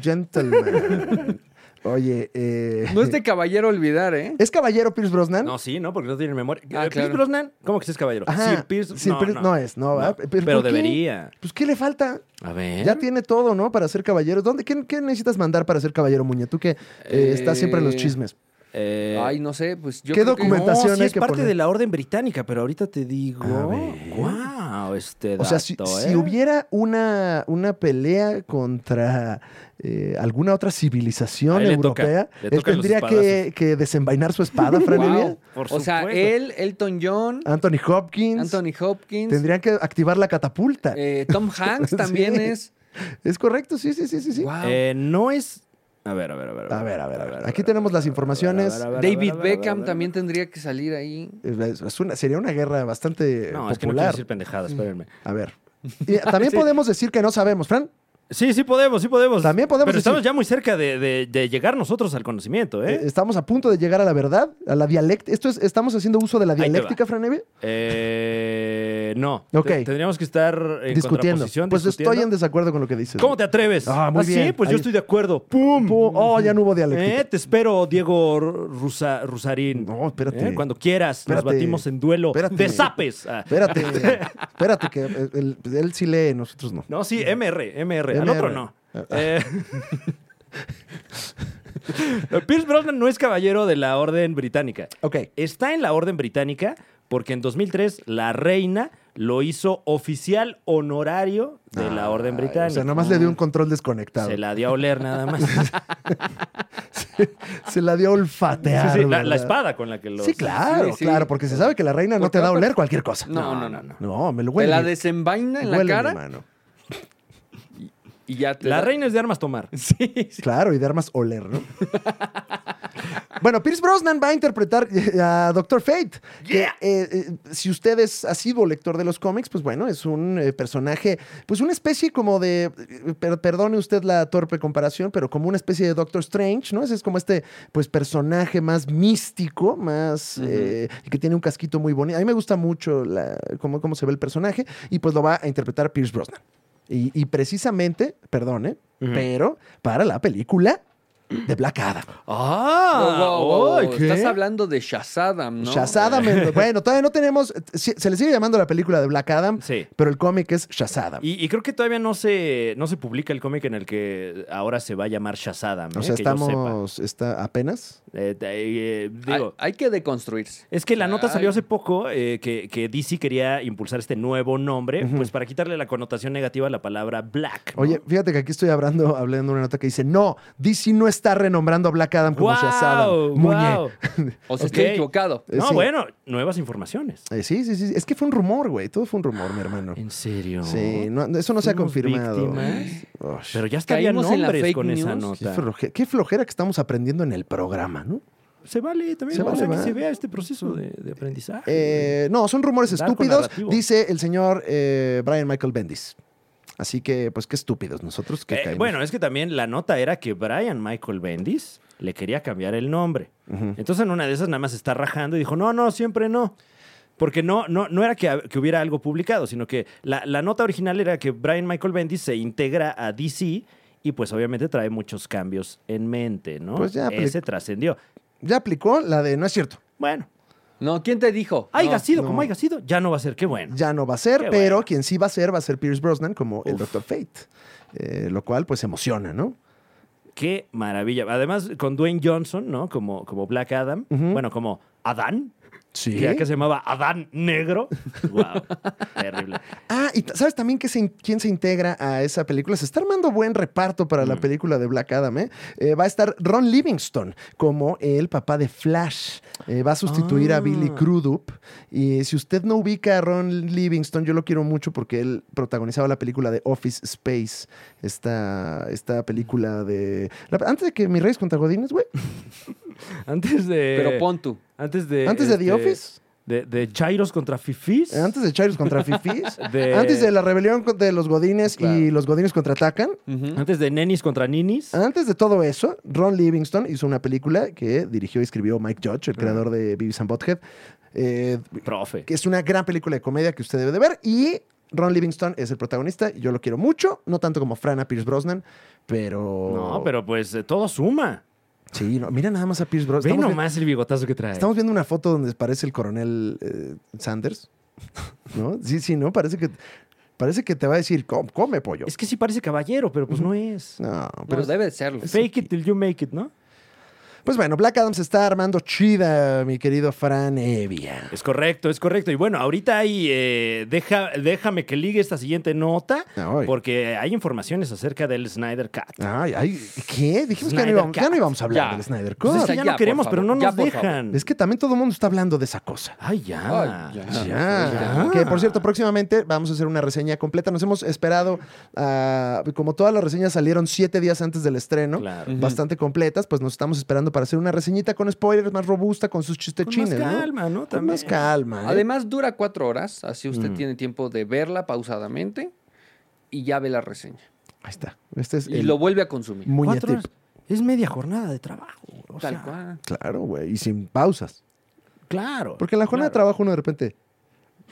gentleman. Oye, eh, No es de caballero olvidar, ¿eh? ¿es caballero Pierce Brosnan? No, sí, no, porque no tiene memoria. Eh, Ah, Pierce claro. Brosnan, ¿cómo que sí es caballero? Ajá. Sir Pierce, Sir no, Pierce no. no es, no, ¿verdad? Pero, Pero ¿por qué? debería. Pues, ¿qué le falta? A ver. Ya tiene todo, ¿no? Para ser caballero. ¿Dónde, qué, qué necesitas mandar para ser caballero, Muñe? Tú que eh, Eh, estás siempre en los chismes. Eh, Ay, no sé, pues yo ¿Qué creo que- documento? no, sí documentación hay es que parte poner. de la orden británica, pero ahorita te digo. A ver. Wow, este O sea, si, dato, si ¿eh? hubiera una, una pelea contra eh, alguna otra civilización A él le toca, europea, le él tocan los tendría que, espadazos. que desenvainar su espada, Fran Wow. Evia. Por O sea, supuesto. él, Elton John, Anthony Hopkins. Anthony Hopkins, Tendrían que activar la catapulta. eh, *laughs* Tom Hanks también Sí. es. Es correcto, sí, sí, sí, sí. sí. Wow. Eh, no es. A ver, a ver, a ver. A ver, a ver, a ver. a Aquí ver, a tenemos ver, a las ver, informaciones. a ver, a ver, a ver, David a ver, a ver, a Beckham ver. también tendría que salir ahí. Es- es una- sería una guerra bastante No, popular. es que no quiero decir pendejadas, espérenme. A ver. Y *laughs* también podemos decir que no sabemos, Fran. Sí, sí podemos, sí podemos. También podemos Pero decir- estamos ya muy cerca de, de- de llegar nosotros al conocimiento, Eh, ¿eh? Estamos a punto de llegar a la verdad, a la dialéctica. Esto es, estamos haciendo uso de la Ahí te va. dialéctica, Fran Evia? Eh, no. Ok. Te- Tendríamos que estar en discutiendo. contraposición. Pues estoy en discutiendo. desacuerdo con lo que dices. ¿Cómo te atreves? Ah, muy ¿sí? bien. Pues Ahí- yo estoy de acuerdo. ¡Pum! Pum. Oh, ya no hubo dialéctica. Eh, Te espero, Diego R- Rusa- Rusarín. No, espérate. Eh, Cuando quieras, nos Espérate. batimos en duelo Espérate. de zapes. Ah. *laughs* Espérate, espérate, que él, él sí lee, nosotros no. No, sí, MR, MR. Al MR. otro no. Ah. *laughs* Eh, *laughs* Pierce Brosnan no es caballero de la Orden Británica. Ok. Está en la Orden Británica porque en 2003 la reina lo hizo oficial honorario de la Orden Británica. Ah, O sea, nada más le dio un control desconectado. Se la dio a oler nada *laughs* más. Sí, Se la dio a olfatear. sí, la, la ¿verdad? espada con la que lo... Sí, claro, Sí, sí. claro, porque se sabe que la reina no te Porque da a aparte- oler cualquier cosa. No, no, no. no. No, me lo Te huele. la desenvaina en la huele mi cara mano. y ya te La da- reina es de armas *laughs* tomar. Sí, sí. Claro, y de armas oler, ¿no? *laughs* bueno, Pierce Brosnan va a interpretar eh, a Doctor Fate. que, eh, eh, si usted es, ha sido lector de los cómics, pues bueno, es un eh, personaje, pues una especie como de, eh, per- perdone usted la torpe comparación, pero como una especie de Doctor Strange, ¿no? Ese es como este, pues, personaje más místico, más, eh, que tiene un casquito muy bonito. A mí me gusta mucho la, cómo, cómo se ve el personaje y pues lo va a interpretar Pierce Brosnan. Y, y precisamente, perdone, Ujú. pero para la película de Black Adam. ¡Ah! Wow, wow, wow, ¡Ay, wow. qué! Estás hablando de Shazadam, ¿no? Shazadam. *laughs* en- bueno, todavía no tenemos. sí, Se le sigue llamando la película de Black Adam, Sí. pero el cómic es Shazadam. Y, y creo que todavía no se, no se publica el cómic en el que ahora se va a llamar Shazadam. o ¿eh? sea, Que yo sepa. estamos está apenas. Eh, te- eh, Hay, digo, hay que deconstruirse. es que la nota salió Ay. hace poco eh, que, que DC quería impulsar este nuevo nombre, pues para quitarle la connotación negativa a la palabra black. ¿no? Oye, fíjate que aquí estoy hablando, hablando de una nota que dice: No, DC no está renombrando a Black Adam como ¡Guau! Shazadam. ¡Guau! *laughs* Muñe. O sea, Ok. estoy equivocado. Eh, No, sí. bueno, nuevas informaciones. Eh, sí, sí, sí. Es que fue un rumor, güey. Todo fue un rumor, mi hermano. ¿En serio? Sí, no- eso no se ha Fuimos confirmado. víctimas. Ush, Pero ya estarían Caímos en la nombres fake con esa news. qué, nota. floje- qué flojera que estamos aprendiendo en el programa, ¿no? Se vale también, Se o vale, sea, que va. se vea este proceso de, de aprendizaje. Eh, no, son rumores Narco estúpidos, narrativo. dice el señor eh, Brian Michael Bendis. Así que, pues qué estúpidos nosotros que Eh, caemos. bueno, es que también la nota era que Brian Michael Bendis le quería cambiar el nombre. Entonces en una de esas nada más está rajando y dijo, no, no, siempre no. Porque no, no, no era que, que hubiera algo publicado, sino que la, la nota original era que Brian Michael Bendis se integra a DC y pues obviamente trae muchos cambios en mente, ¿no? Pues ya, Ese trascendió. Ya aplicó la de no es cierto. Bueno, No, ¿quién te dijo? haya No. sido no. como haya sido, ya no va a ser, qué bueno. Ya no va a ser, Qué pero bueno. quien sí va a ser va a ser Pierce Brosnan como el Uf. Dr. Fate. Eh, lo cual, pues emociona, ¿no? Qué maravilla. Además, con Dwayne Johnson, ¿no? Como, como Black Adam. Ujú. Bueno, como Adán. Sí. Ya que se llamaba Adán *laughs* Negro. Wow, terrible. Ah, y t- ¿sabes también que se in- quién se integra a esa película? Se está armando buen reparto para Mm. la película de Black Adam, ¿eh? Eh, Va a estar Ron Livingston como el papá de Flash. Eh, va a sustituir Ah. a Billy Crudup. Y si usted no ubica a Ron Livingston, yo lo quiero mucho porque él protagonizaba la película de Office Space. Esta, esta película de... la- antes de que Mi Reyes contra Godines, güey. Antes de. Pero pon tú. Antes de. Antes de The este, Office. De, de Chairos contra Fifis. Antes de *laughs* Chairos contra Fifis. De- *laughs* Antes de la rebelión con- de los Godines y Eh. Claro. los Godines contraatacan. Ujú. Antes de Nenis contra Ninis. Antes de todo eso, Ron Livingston hizo una película que dirigió y escribió Mike Judge, el creador de Beavis and Butthead, eh, Profe. que es una gran película de comedia que usted debe de ver. Y Ron Livingston es el protagonista. y Yo lo quiero mucho, no tanto como Frana Pierce Brosnan, pero... No, pero pues eh, todo suma. Sí, no, mira nada más a Pierce Brosnan. Ve Estamos, vi- nomás el bigotazo que trae. estamos viendo una foto donde parece el coronel eh, Sanders. *laughs* ¿No? Sí, sí, ¿no? Parece que, parece que te va a decir, "Com- come pollo. Es que sí parece caballero, pero pues no es. No, No, debe de serlo. Fake it till you make it, ¿no? Pues bueno, Black Adam se está armando chida, mi querido Fran Evia. Es correcto, es correcto. Y bueno, ahorita hay. eh, deja, déjame que ligue esta siguiente nota. Ay. Porque hay informaciones acerca del Snyder Cut. Ay, ay, ¿qué? Dijimos que ya no, Snyder íbamos, ya Cut. no íbamos a hablar Ya. del Snyder Cut. Pues es Cosa, que ya, ya, no por queremos, favor, pero no nos ya, por favor. dejan. es que también todo el mundo está hablando de esa cosa. Ay, ya. Ay, ya. Ya, ya. Que por cierto, próximamente vamos a hacer una reseña completa. Nos hemos esperado, ah, como todas las reseñas salieron siete días antes del estreno, Claro. Ujú. bastante completas, pues nos estamos esperando para hacer una reseñita con spoilers más robusta, con Con sus más chistechines, ¿no? calma, ¿no? Con También. más calma. ¿eh? Además, dura cuatro horas, así usted Mm. tiene tiempo de verla pausadamente y ya ve la reseña. Ahí está. Este es Y el lo vuelve a consumir. Cuatro muñetip. horas. Es media jornada de trabajo. o Tal sea, cual. Claro, güey. Y sin pausas. Claro. Porque en la jornada de trabajo uno de repente.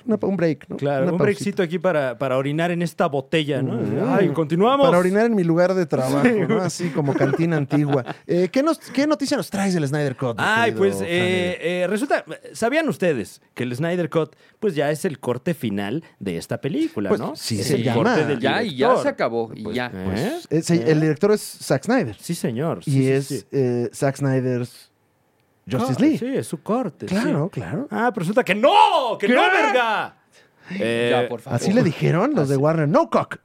una pa- un break, ¿no? Claro, Una un pausita. brexito aquí para, para orinar en esta botella, Ah, ¿no? Mm. Ay, continuamos. Para orinar en mi lugar de trabajo, ¿no? Así como *laughs* cantina antigua. Eh, ¿qué, nos- qué noticia nos traes del Snyder Cut? mi Ay, querido pues Fran eh, Evia? eh, resulta, ¿sabían ustedes que el Snyder Cut, pues ya es el corte final de esta película, Pues, ¿no? sí es se el llama. corte del Ya, y ya director. se acabó. Y Pues, ya. ¿eh? Eh, se- El director es Zack Snyder. Sí, señor. Sí, y sí, es sí. Ah, eh, Zack Snyder's Justice League. Sí, es su corte. sí. Claro, claro. Ah, pero resulta que no, que no, verga. Eh, ya, por favor. Así le dijeron los de Warner. No, *laughs* cock.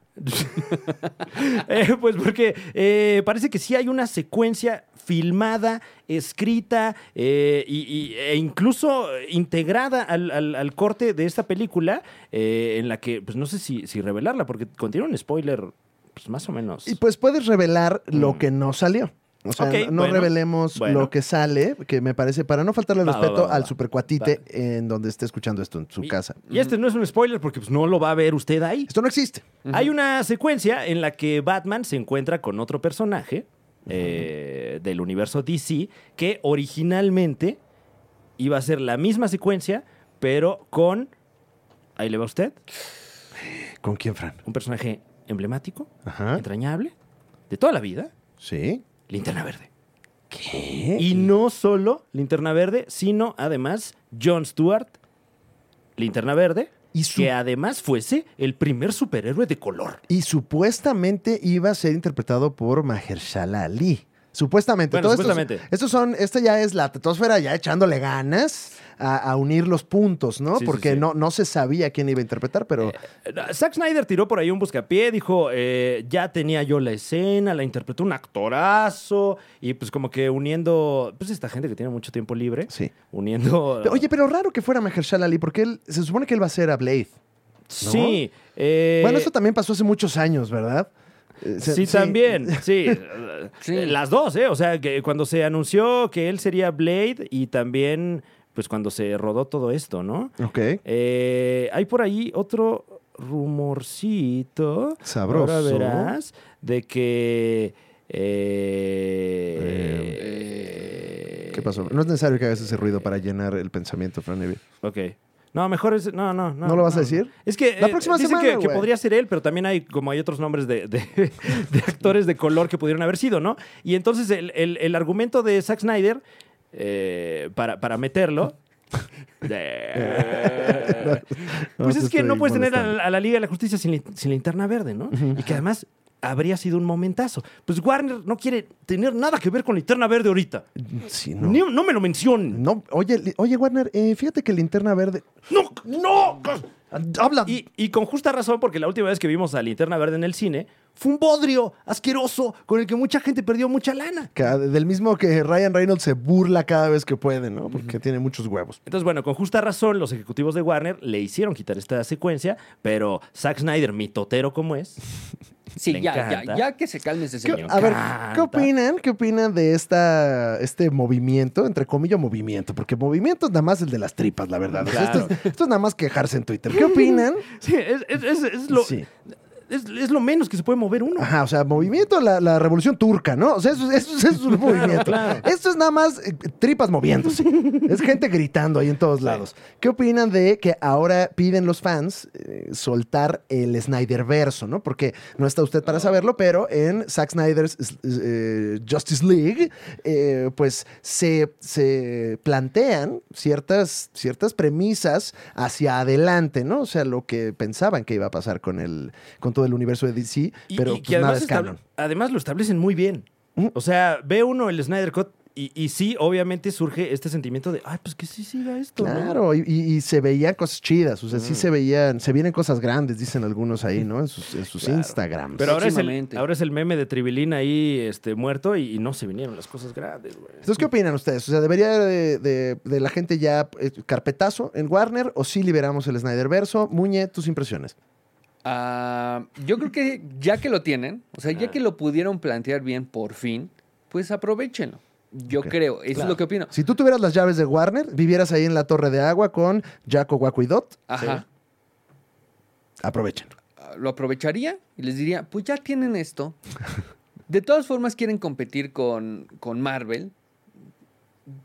Eh, pues porque eh, parece que sí hay una secuencia filmada, escrita eh, y- y- e incluso integrada al, al- al corte de esta película eh, en la que, pues no sé si, si revelarla porque contiene un spoiler, pues más o menos. Y pues puedes revelar lo Mm. que no salió. O sea, Ok, no- no bueno, revelemos bueno. lo que sale, que me parece, para no faltarle el Va, va, respeto va, va, al va. supercuatite en donde esté escuchando esto en su Y- casa. Y este no es un spoiler porque pues no lo va a ver usted ahí. Esto no existe. Hay una secuencia en la que Batman se encuentra con otro personaje eh, del universo DC que originalmente iba a ser la misma secuencia, pero con. Ahí le va usted. ¿Con quién, Fran? Un personaje emblemático, Ajá. entrañable, de toda la vida, Sí. Linterna Verde. ¿Qué? Y no solo Linterna Verde, sino además John Stewart, Linterna Verde, Y su- que además fuese el primer superhéroe de color. Y supuestamente iba a ser interpretado por Mahershala Ali. Supuestamente. Bueno, Todo esto- supuestamente. estos son, esta ya es la tetosfera ya echándole ganas a, a unir los puntos, ¿no? Sí, sí, Porque sí. Eh, No, no se sabía quién iba a interpretar, pero Zack Snyder tiró por ahí un buscapié, dijo, eh, ya tenía yo la escena, la interpretó un actorazo, y pues como que uniendo, pues esta gente que tiene mucho tiempo libre, sí. uniendo... Oye, pero raro que fuera Mahershala Ali, porque él, se supone que él va a ser a Blade. sí. eh, bueno, esto también pasó hace muchos años, ¿verdad? Eh, se- Sí, también, *laughs* sí. Sí. Las dos, ¿eh? O sea, que cuando se anunció que él sería Blade y también, pues cuando se rodó todo esto, ¿no? Ok. Eh, hay por ahí otro rumorcito. Sabroso. Ahora verás de que. eh, ¿Qué pasó? No es necesario que hagas ese ruido para llenar el pensamiento, Fran Evia. Ok. No, mejor es. No, no, no. ¿No lo vas a decir? Es que. La eh, próxima dicen semana, que, que güey. podría ser él, pero también hay, como hay otros nombres de, de- *laughs* de actores de color que pudieron haber sido, ¿no? Y entonces el, el- el argumento de Zack Snyder eh, para, para *laughs* meterlo. de- No, pues te es que estoy no puedes tener a, molestando. la- a la Liga de la Justicia sin, lin- sin linterna verde, ¿no? Y que además habría sido un momentazo. Pues Warner no quiere tener nada que ver con linterna verde ahorita. Sí, Ni- no. No, me lo mencionen. No, oye, li- oye Warner, eh, fíjate que Linterna Verde... No, no. ¡Habla! Y, y con justa razón, porque la última vez que vimos a Linterna Verde en el cine fue un bodrio asqueroso con el que mucha gente perdió mucha lana. Ca- ah, Del mismo que Ryan Reynolds se burla cada vez que puede, ¿no? Porque tiene muchos huevos. Entonces, bueno, con justa razón, los ejecutivos de Warner le hicieron quitar esta secuencia, pero Zack Snyder, mitotero como es, *laughs* Sí, Le ya, ya, encanta. ya que se calme ese ¿Qué- señor. a ver, ¿qué encanta. opinan? ¿Qué opinan de esta, este movimiento, entre comillas, movimiento? Porque movimiento es nada más el de las tripas, la verdad. O sea, Claro. esto, es, esto es nada más quejarse en Twitter. ¿Qué opinan? sí, es, es- es- es lo, Sí. es, es lo menos que se puede mover uno. Ajá, o sea, movimiento, la, la revolución turca, ¿no? O sea, eso, eso- eso es un movimiento. Esto es nada más eh, tripas moviéndose. Es gente gritando ahí en todos lados. ¿Qué opinan de que ahora piden los fans eh, soltar el Snyder verso, ¿no? Porque no está usted para saberlo, pero en Zack Snyder's eh, Justice League, eh, pues se, se plantean ciertas, ciertas premisas hacia adelante, ¿no? O sea, lo que pensaban que iba a pasar con, el, con todo el universo de DC, Y- pero y pues, nada es estab- canon. además lo establecen muy bien. Ujú. O sea, ve uno el Snyder Cut y, y sí, obviamente surge este sentimiento de, ay, pues que sí siga esto. ¿no?". Mm. Claro, y, y- y se veían cosas chidas, o sea, sí se veían, se vienen cosas grandes, dicen algunos ahí, ¿no? En sus, en sus Claro. Instagrams. Pero ahora es, el, Próximamente. ahora es el meme de Tribilín ahí este, muerto y, y no se vinieron las cosas grandes, güey. Entonces, ¿qué opinan ustedes? O sea, ¿debería de, de- de la gente ya eh, carpetazo en Warner o sí liberamos el Snyder verso? Muñe, tus impresiones. Ah, yo creo que ya que lo tienen, o sea, Ah. ya que lo pudieron plantear bien por fin, pues aprovechenlo. Yo Ok. creo, eso es Claro. lo que opino. Si tú tuvieras las llaves de Warner, vivieras ahí en la torre de agua con Jaco, Waco y Dot, Ajá. aprovechen. ah, Lo aprovecharía y les diría, pues ya tienen *laughs* esto. De todas formas quieren competir con, con Marvel.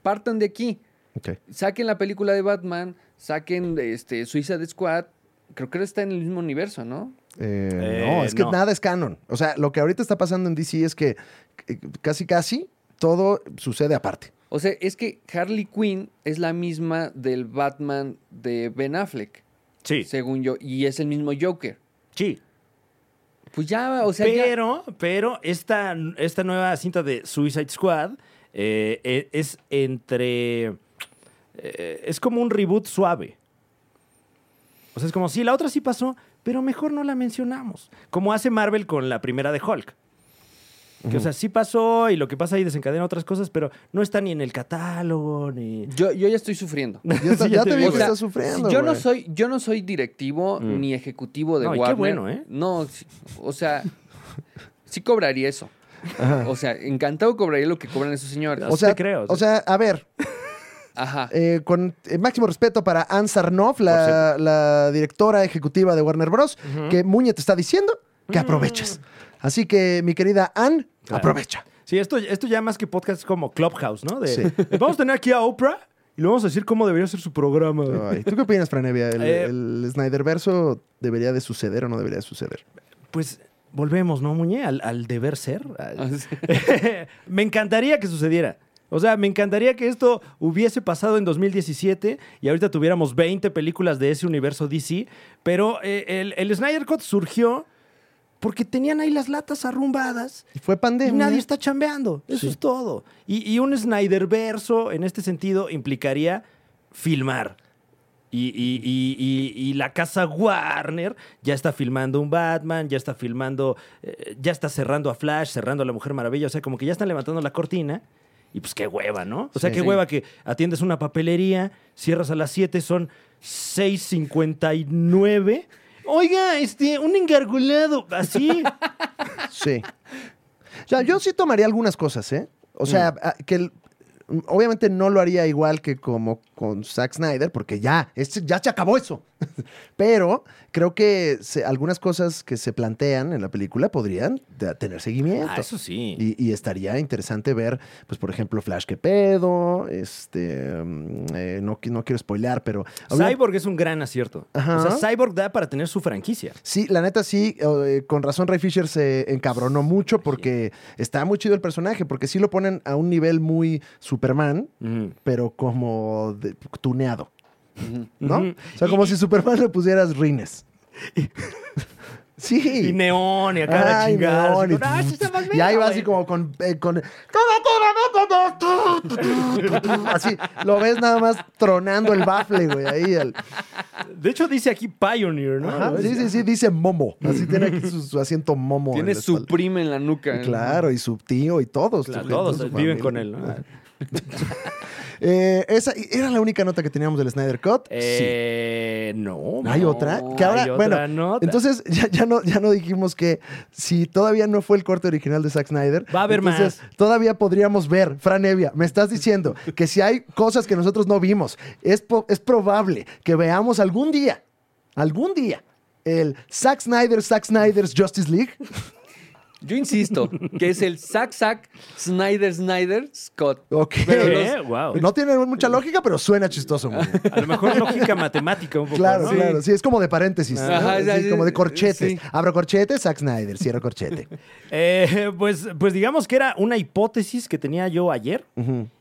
Partan de aquí. Ok. Saquen la película de Batman, saquen este, Suicide Squad. Creo que ahora está en el mismo universo, ¿no? Eh, Eh, no, es que no. nada es canon. O sea, lo que ahorita está pasando en DC es que eh, casi, casi todo sucede aparte. O sea, es que Harley Quinn es la misma del Batman de Ben Affleck, Sí, según yo, y es el mismo Joker. sí. Pues ya, o sea, ya- pero, pero esta, esta nueva cinta de Suicide Squad eh, eh, es entre... eh, es como un reboot suave. O sea, es como, sí, la otra sí pasó, pero mejor no la mencionamos. Como hace Marvel con la primera de Hulk. Que, o sea, sí pasó y lo que pasa ahí desencadena otras cosas, pero no está ni en el catálogo, ni... yo, yo *laughs* ya estoy sufriendo. Ya, está- Sí, ya ya te, te vi vi, que güey. estás sufriendo. yo no güey. soy, yo no soy directivo Mm. ni ejecutivo de No, y qué Warner. bueno, ¿eh? No, sí, o sea, sí cobraría eso. Ajá. O sea, encantado cobraría lo que cobran esos señores. O Sí sea, te creo, o sí. sea, a ver, Ajá. *laughs* eh, con eh, máximo respeto para Ann Sarnoff, la, la directora ejecutiva de Warner Bros., que Muñe te está diciendo que aproveches. Así que, mi querida Ann, Claro. aprovecha. Sí, esto, esto ya más que podcast es como Clubhouse, ¿no? De, "Eh, Sí. Vamos a tener aquí a Oprah y le vamos a decir cómo debería ser su programa. Ay, ¿Tú qué opinas, Franevia? ¿El, Eh, el Snyder verso debería de suceder o no debería de suceder? Pues volvemos, ¿no, Muñe? Al, al deber ser. Ah, Al- *laughs* me encantaría que sucediera. O sea, me encantaría que esto hubiese pasado en 2017 y ahorita tuviéramos 20 películas de ese universo DC, pero eh, el, el Snyder Cut surgió porque tenían ahí las latas arrumbadas Y fue Y pandemia. nadie está chambeando. Eso es todo. Y, y un Snyder verso en este sentido implicaría filmar. Y, y- y- y- y la casa Warner ya está filmando un Batman, ya está filmando, eh, ya está cerrando a Flash, cerrando a la Mujer Maravilla. O sea, como que ya están levantando la cortina. Y pues qué hueva, ¿no? O sea, Sí, qué sí. hueva que atiendes una papelería, cierras a las 7, son 6.59. Oiga, este, un engargulado, *laughs* así. Sí. O sea, yo sí Mm. ah, tomaría algunas cosas, ¿eh? O sea, a- que el- obviamente no lo haría igual que como con Zack Snyder, porque ya, es- ya se acabó eso. *laughs* Pero creo que se- algunas cosas que se plantean en la película podrían de- tener seguimiento. Ah, eso sí. Y, y estaría interesante ver, pues, por ejemplo, Flash que pedo, este, mm, eh, no, qui- no quiero spoilear, pero... hablan- Cyborg es un gran acierto. Ajá. O sea, Cyborg da para tener su franquicia. Sí, la neta sí, eh, con razón Ray Fisher se encabronó mucho porque está muy chido el personaje, porque sí lo ponen a un nivel muy Superman, Ujú. pero como de- tuneado, Ujú. ¿no? Ujú. O sea, como si Superman le pusieras rines. sí. Y neón y acá la Ay, chingada. no, así ni- como, "Ah, sí está más y ahí verga, va güey". así como con, eh, con- así lo ves nada más tronando el bafle güey ahí al- De hecho, dice aquí Pioneer, ¿no? Ajá, sí sí sí dice momo así tiene aquí su, su asiento momo en Tiene la ¿eh? su espalda. prima en la nuca. Claro, y su tío y todos. Claro, su gente, todos su viven familia. con él, ¿no? Eh, esa y- era la única nota que teníamos del Snyder Cut. Eh, No. sí. Hay no, otra. Que ahora, hay bueno, otra nota. entonces *laughs* ya, ya no, ya no dijimos que si todavía no fue el corte original de Zack Snyder. Va a haber entonces, Todavía podríamos ver, Fran Evia, me *laughs* estás diciendo que si hay cosas que nosotros no vimos, es, po- es probable que veamos algún día, algún día, el Zack Snyder, Zack Snyder's Justice League. *laughs* Yo insisto, que es el Zack Zack Snyder Snyder Scott. Ok. Pero ¿Qué? Wow. No tiene mucha lógica, pero suena chistoso. Muy *laughs* bien. A lo mejor lógica matemática un poco. Claro, ¿no? claro. Sí, es como de paréntesis. ¿no? Ajá, Sí, ya, ya, como de corchetes. sí. Abro corchete, Zack Snyder. Cierro corchete. Eh, pues, pues digamos que era una hipótesis que tenía yo ayer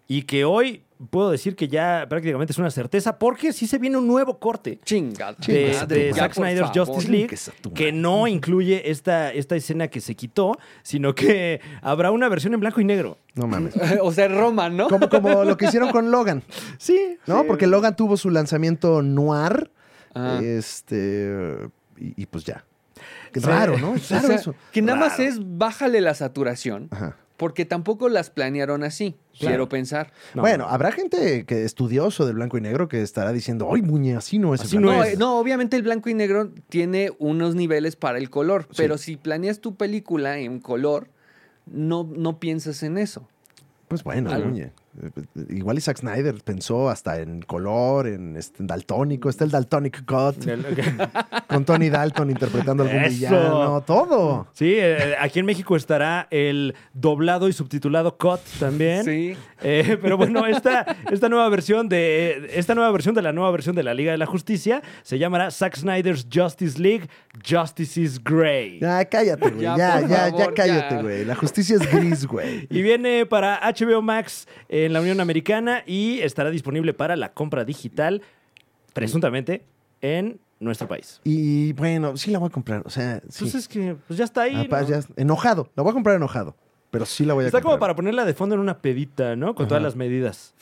y que hoy puedo decir que ya prácticamente es una certeza porque sí se viene un nuevo corte. Chingada. de, este madre, de ya, Zack por Snyder's favor. Justice League, Chingues a tu que no incluye esta, esta escena que se quitó, sino que habrá una versión en blanco y negro. *laughs* No mames. *laughs* O sea, Roma, ¿no? Como, como lo que hicieron con Logan, Sí. Ah. ¿no? Porque Logan tuvo su lanzamiento noir. Ajá. Este. Y, y pues ya. Qué Sí. Raro, ¿no? Es O raro sea, eso. Que nada más Raro. es bájale la saturación, Ajá. porque tampoco las planearon así, quiero pensar. No. Bueno, habrá gente que estudioso de blanco y negro que estará diciendo, ¡ay, muñe, así no es! el Así blanco no y No, es. eh, no, obviamente el blanco y negro tiene unos niveles para el color, pero si planeas tu película en color, no, no piensas en eso. Pues bueno, Algo. Muñe. Eh, eh, Igual Isaac Snyder pensó hasta en color, en, este, en daltónico. Está el Daltonic Cut con Tony Dalton interpretando algún Eso. villano. Todo. *laughs* Sí, eh, aquí en México estará el doblado y subtitulado Cut también. Sí. Eh, pero bueno, esta, esta nueva versión de esta nueva versión de la nueva versión de la Liga de la Justicia se llamará Zack Snyder's Justice League Justice is Grey. Ya, cállate, güey. Ya, Ya, ya, por ya, favor, cállate, ya. güey. La justicia es gris, güey. Y viene para HBO Max en la Unión Americana y estará disponible para la compra digital, presuntamente, en nuestro país. Y bueno, sí la voy a comprar. O sea, sí. Entonces que pues ya está ahí. Apá, ¿no? ya- enojado. La voy a comprar enojado. Pero sí la voy a Está como comprar. para ponerla de fondo en una pedita, ¿no? Con todas las medidas.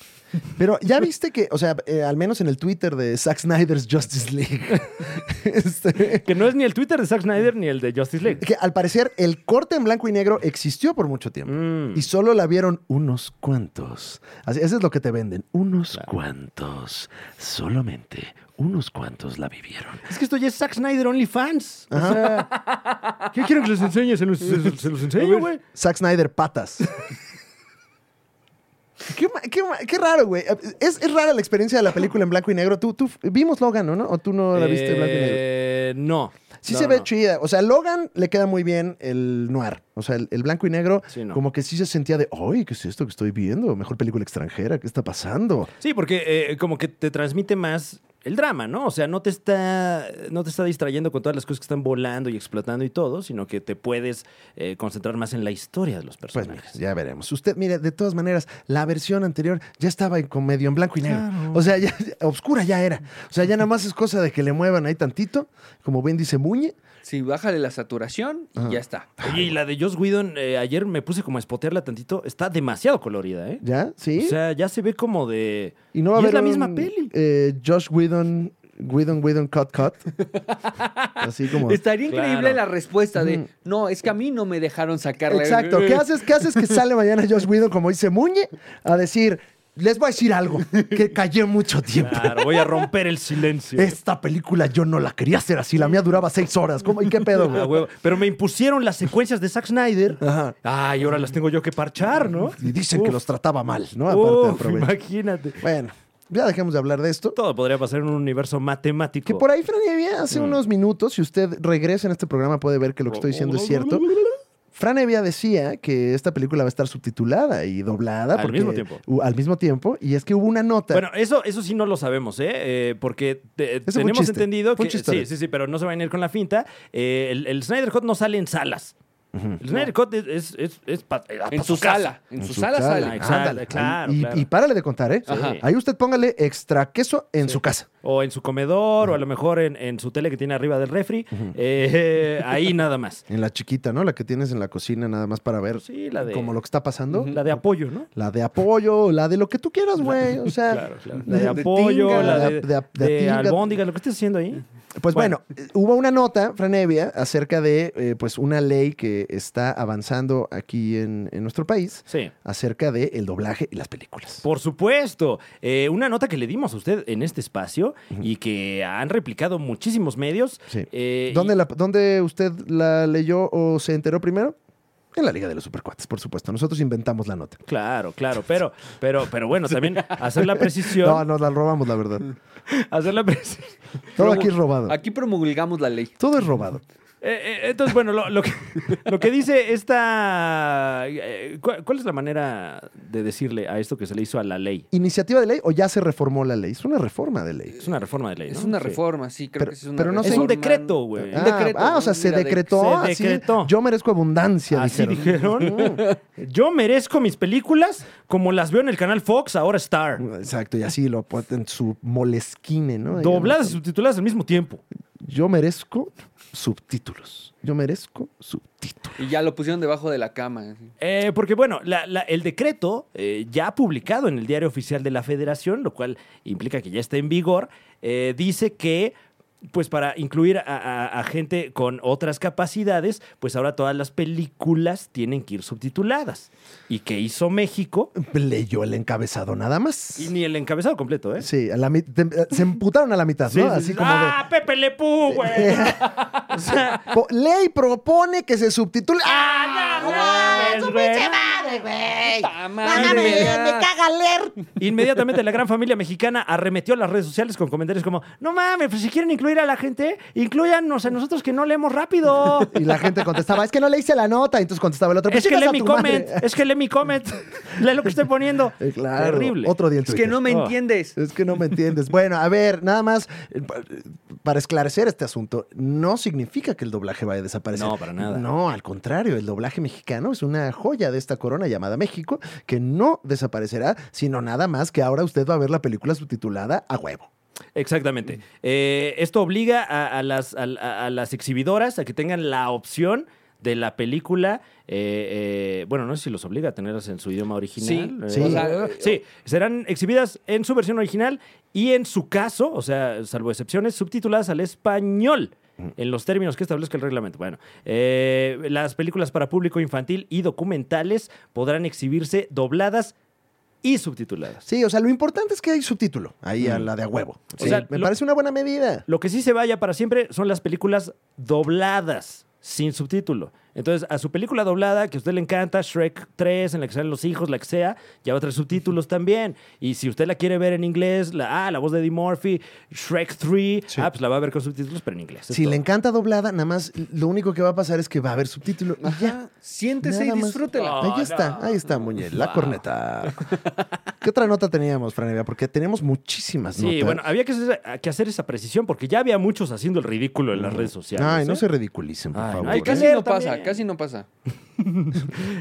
Pero ya viste que, o sea, eh, al menos en el Twitter de Zack Snyder's Justice League. *laughs* este, Que no es ni el Twitter de Zack Snyder ni el de Justice *laughs* League. Que al parecer el corte en blanco y negro existió por mucho tiempo. Mm. Y solo la vieron unos cuantos. Así, eso es lo que te venden. Unos cuantos. Solamente unos cuantos la vivieron. Es que esto ya es Zack Snyder OnlyFans. Ajá. Ah, *laughs* ¿Qué quieren que les enseñe? Se los, se- se los enseño, güey. Zack Snyder patas. *laughs* Qué, ma- qué ma- qué raro, güey. Es, es rara la experiencia de la película en blanco y negro. Tú, tú vimos Logan, ¿o ¿no? ¿O tú no la viste en blanco y negro? Eh, No. Sí No, se no, ve no. chida. O sea, a Logan le queda muy bien el noir. O sea, el, el blanco y negro, Sí, no. como que sí se sentía de, ¡ay, qué es esto que estoy viendo! Mejor película extranjera, ¿qué está pasando? Sí, porque eh, como que te transmite más el drama, ¿no? O sea, no te está no te está distrayendo con todas las cosas que están volando y explotando y todo, sino que te puedes eh, concentrar más en la historia de los Pues personajes. mira, ya veremos. Usted, mire, de todas maneras, la versión anterior ya estaba en con medio en blanco y negro. Claro. O sea, ya, ya- oscura ya era. O sea, ya nada más es cosa de que le muevan ahí tantito, como bien dice Muñe. Sí, bájale la saturación y ya está. Oye, y la de Joss Whedon, eh, ayer me puse como a espotearla tantito, está demasiado colorida, ¿eh? ¿Ya? ¿Sí? O sea, ya se ve como de... y no va a y haber es la un, misma peli. *laughs* eh, Josh Whedon, Whedon, Whedon, cut, *laughs* cut. Así como... *laughs* Estaría Claro. increíble la respuesta de, Ujú. no, es que a mí no me dejaron sacarla. Exacto. ¿Qué haces? ¿Qué haces que sale mañana Josh Whedon, como dice Muñe, a decir, les voy a decir algo que callé mucho tiempo? Claro, voy a romper el silencio. Esta película yo no la quería hacer así, la mía duraba seis horas. ¿Cómo? ¿Y qué *laughs* pedo, Ah, güey? huevo. Pero me impusieron las secuencias de Zack Snyder. Ajá. Ay, ahora las tengo yo que parchar, ¿no? Y dicen que los trataba mal, ¿no? Aparte, Uf, aprovecha. imagínate. Bueno, ya dejemos de hablar de esto. Todo podría pasar en un universo matemático. Que por ahí, Fran Evia, Mm. hace unos minutos, si usted regresa en este programa, puede ver que lo que estoy diciendo es cierto. Fran Evia decía que esta película va a estar subtitulada y doblada. Al porque- mismo tiempo. u- al mismo tiempo. Y es que hubo una nota. Bueno, eso, eso sí no lo sabemos, ¿eh? Eh, porque te- fue un tenemos chiste, entendido fue un que. chiste. Sí, sí, sí, pero no se van a ir con la finta. Eh, el, el Snyder Cut no sale en salas. El Snyder Cut es, es, es- es pa- eh, pa *laughs* En su casa. sala. En En su su sala sala. sale. Ah, exacto, Ándale. claro, y, claro. y párale de contar, ¿eh? Ajá. Ahí usted póngale extra queso en su casa. O en su comedor, o a lo mejor en, en su tele que tiene arriba del refri. Eh, ahí nada más. En la chiquita, ¿no? La que tienes en la cocina nada más para ver Sí, la de- como lo que está pasando. La de apoyo, ¿no? La de apoyo, la de lo que tú quieras, güey. O sea, Claro, claro. La de Ah. *laughs* de apoyo, tinga, la de, de- de- de de tinga. albóndiga, lo que estés haciendo ahí. Pues Bueno. bueno, eh, hubo una nota, Franevia, acerca de eh, pues una ley que está avanzando aquí en, en nuestro país Sí. acerca del el doblaje y las películas. Por supuesto. Eh, una nota que le dimos a usted en este espacio y que han replicado muchísimos medios. Sí. Eh, ¿Dónde, y- la- dónde usted la leyó o se enteró primero? En la Liga de los Supercuates, por supuesto. Nosotros inventamos la nota. Claro, claro, pero, pero, pero *laughs* bueno, también hacer la precisión, No, nos la robamos, la *laughs* verdad. hacer la precisión. Todo Promu- aquí es robado. Aquí promulgamos la ley. Todo es robado. Eh, eh, entonces, bueno, lo, lo que, lo que dice esta... eh, ¿cuál, cuál es la manera de decirle a esto que se le hizo a la ley? ¿Iniciativa de ley o ya se reformó la ley? Es una reforma de ley. Es una reforma de ley, ¿no? Es una Sí. reforma, sí, creo Pero- que sí es una pero no sé- Es un reforma. decreto, güey. Un Ah, decreto, ah, o sea, ¿no? se Mira, de- decretó. se así, decretó. yo merezco abundancia, Así dijeron. dijeron. Yo merezco mis películas como las veo en el canal Fox, ahora Star. *laughs* Exacto, y así lo pone en su molesquine, ¿no? Ahí Dobladas y subtituladas al mismo tiempo. Yo merezco subtítulos. Yo merezco subtítulos. Y ya lo pusieron debajo de la cama. así. Eh, porque bueno, la- la- el decreto eh, ya publicado en el diario oficial de la federación, lo cual implica que ya está en vigor, eh, dice que pues para incluir a, a- a gente con otras capacidades, pues ahora todas las películas tienen que ir subtituladas. ¿Y que hizo México? Leyó el encabezado nada más. Y ni el encabezado completo, ¿eh? Sí, a la mit- te- se emputaron a la mitad, Sí, ¿no? sí, Así sí. como de. ¡Ah, Pepe Le Pew, *laughs* güey! o sea, po- ley propone que se subtitule. ¡Ah! ¡Ah, no mames, güey! ¡Ta Mándame, madre! Inmediatamente la gran familia mexicana arremetió a las redes sociales con comentarios como, no mames, pues si quieren incluir a la gente, incluyannos a nosotros que no leemos *laughs* rápido. Y la gente contestaba, es que no le hice la nota. Y entonces contestaba el otro. "Pues Es que chingas lee a mi tu madre". comment, es que lee mi comment. Lee lo que estoy *laughs* poniendo. Eh, claro. Terrible. Otro día en Es que Twitter. no me Oh. entiendes. Es que no me entiendes. Bueno, a ver, nada más eh, pa- para esclarecer este asunto, no significa que el doblaje vaya a desaparecer. No, para nada. No, al contrario, el doblaje mexicano es una joya de esta corona llamada México que no desaparecerá, sino nada más que ahora usted va a ver la película subtitulada a huevo. Mm. Exactamente. Eh, esto obliga a, a las, a- a- a las exhibidoras a que tengan la opción de la película. eh, eh, bueno, no sé si los obliga a tenerlas en su idioma original. Sí, Eh, sí. o sea, sí, serán exhibidas en su versión original y en su caso, o sea, salvo excepciones, subtituladas al español. Mm. En los términos que establezca el reglamento. Bueno, eh, las películas para público infantil y documentales podrán exhibirse dobladas y subtituladas. Sí, o sea, lo importante es que hay subtítulo ahí a Mm. la de a huevo. O Sí, sea, me lo- parece una buena medida. Lo que sí se vaya para siempre son las películas dobladas, sin subtítulo. Entonces, a su película doblada, que a usted le encanta, Shrek 3, en la que salen los hijos, la que sea, ya va a traer subtítulos también. Y si usted la quiere ver en inglés, la, ah, la voz de Eddie Murphy, Shrek 3, Sí. ah, pues la va a ver con subtítulos, pero en inglés. Es Si le todo. encanta doblada, nada más lo único que va a pasar es que va a haber subtítulo. y ya. Ajá. Siéntese Nada y más. disfrútela. Ah. Ahí no. está, ahí está, Muñez, la Wow. corneta. ¿Qué otra nota teníamos, Franevia? Porque tenemos muchísimas Sí, notas. bueno, había que hacer, que hacer esa precisión porque ya había muchos haciendo el ridículo en las redes sociales. Ay, no ¿eh? se ridiculicen, por Ay, no, favor. hay ¿eh? que Casi no leer pasa, también. casi no pasa.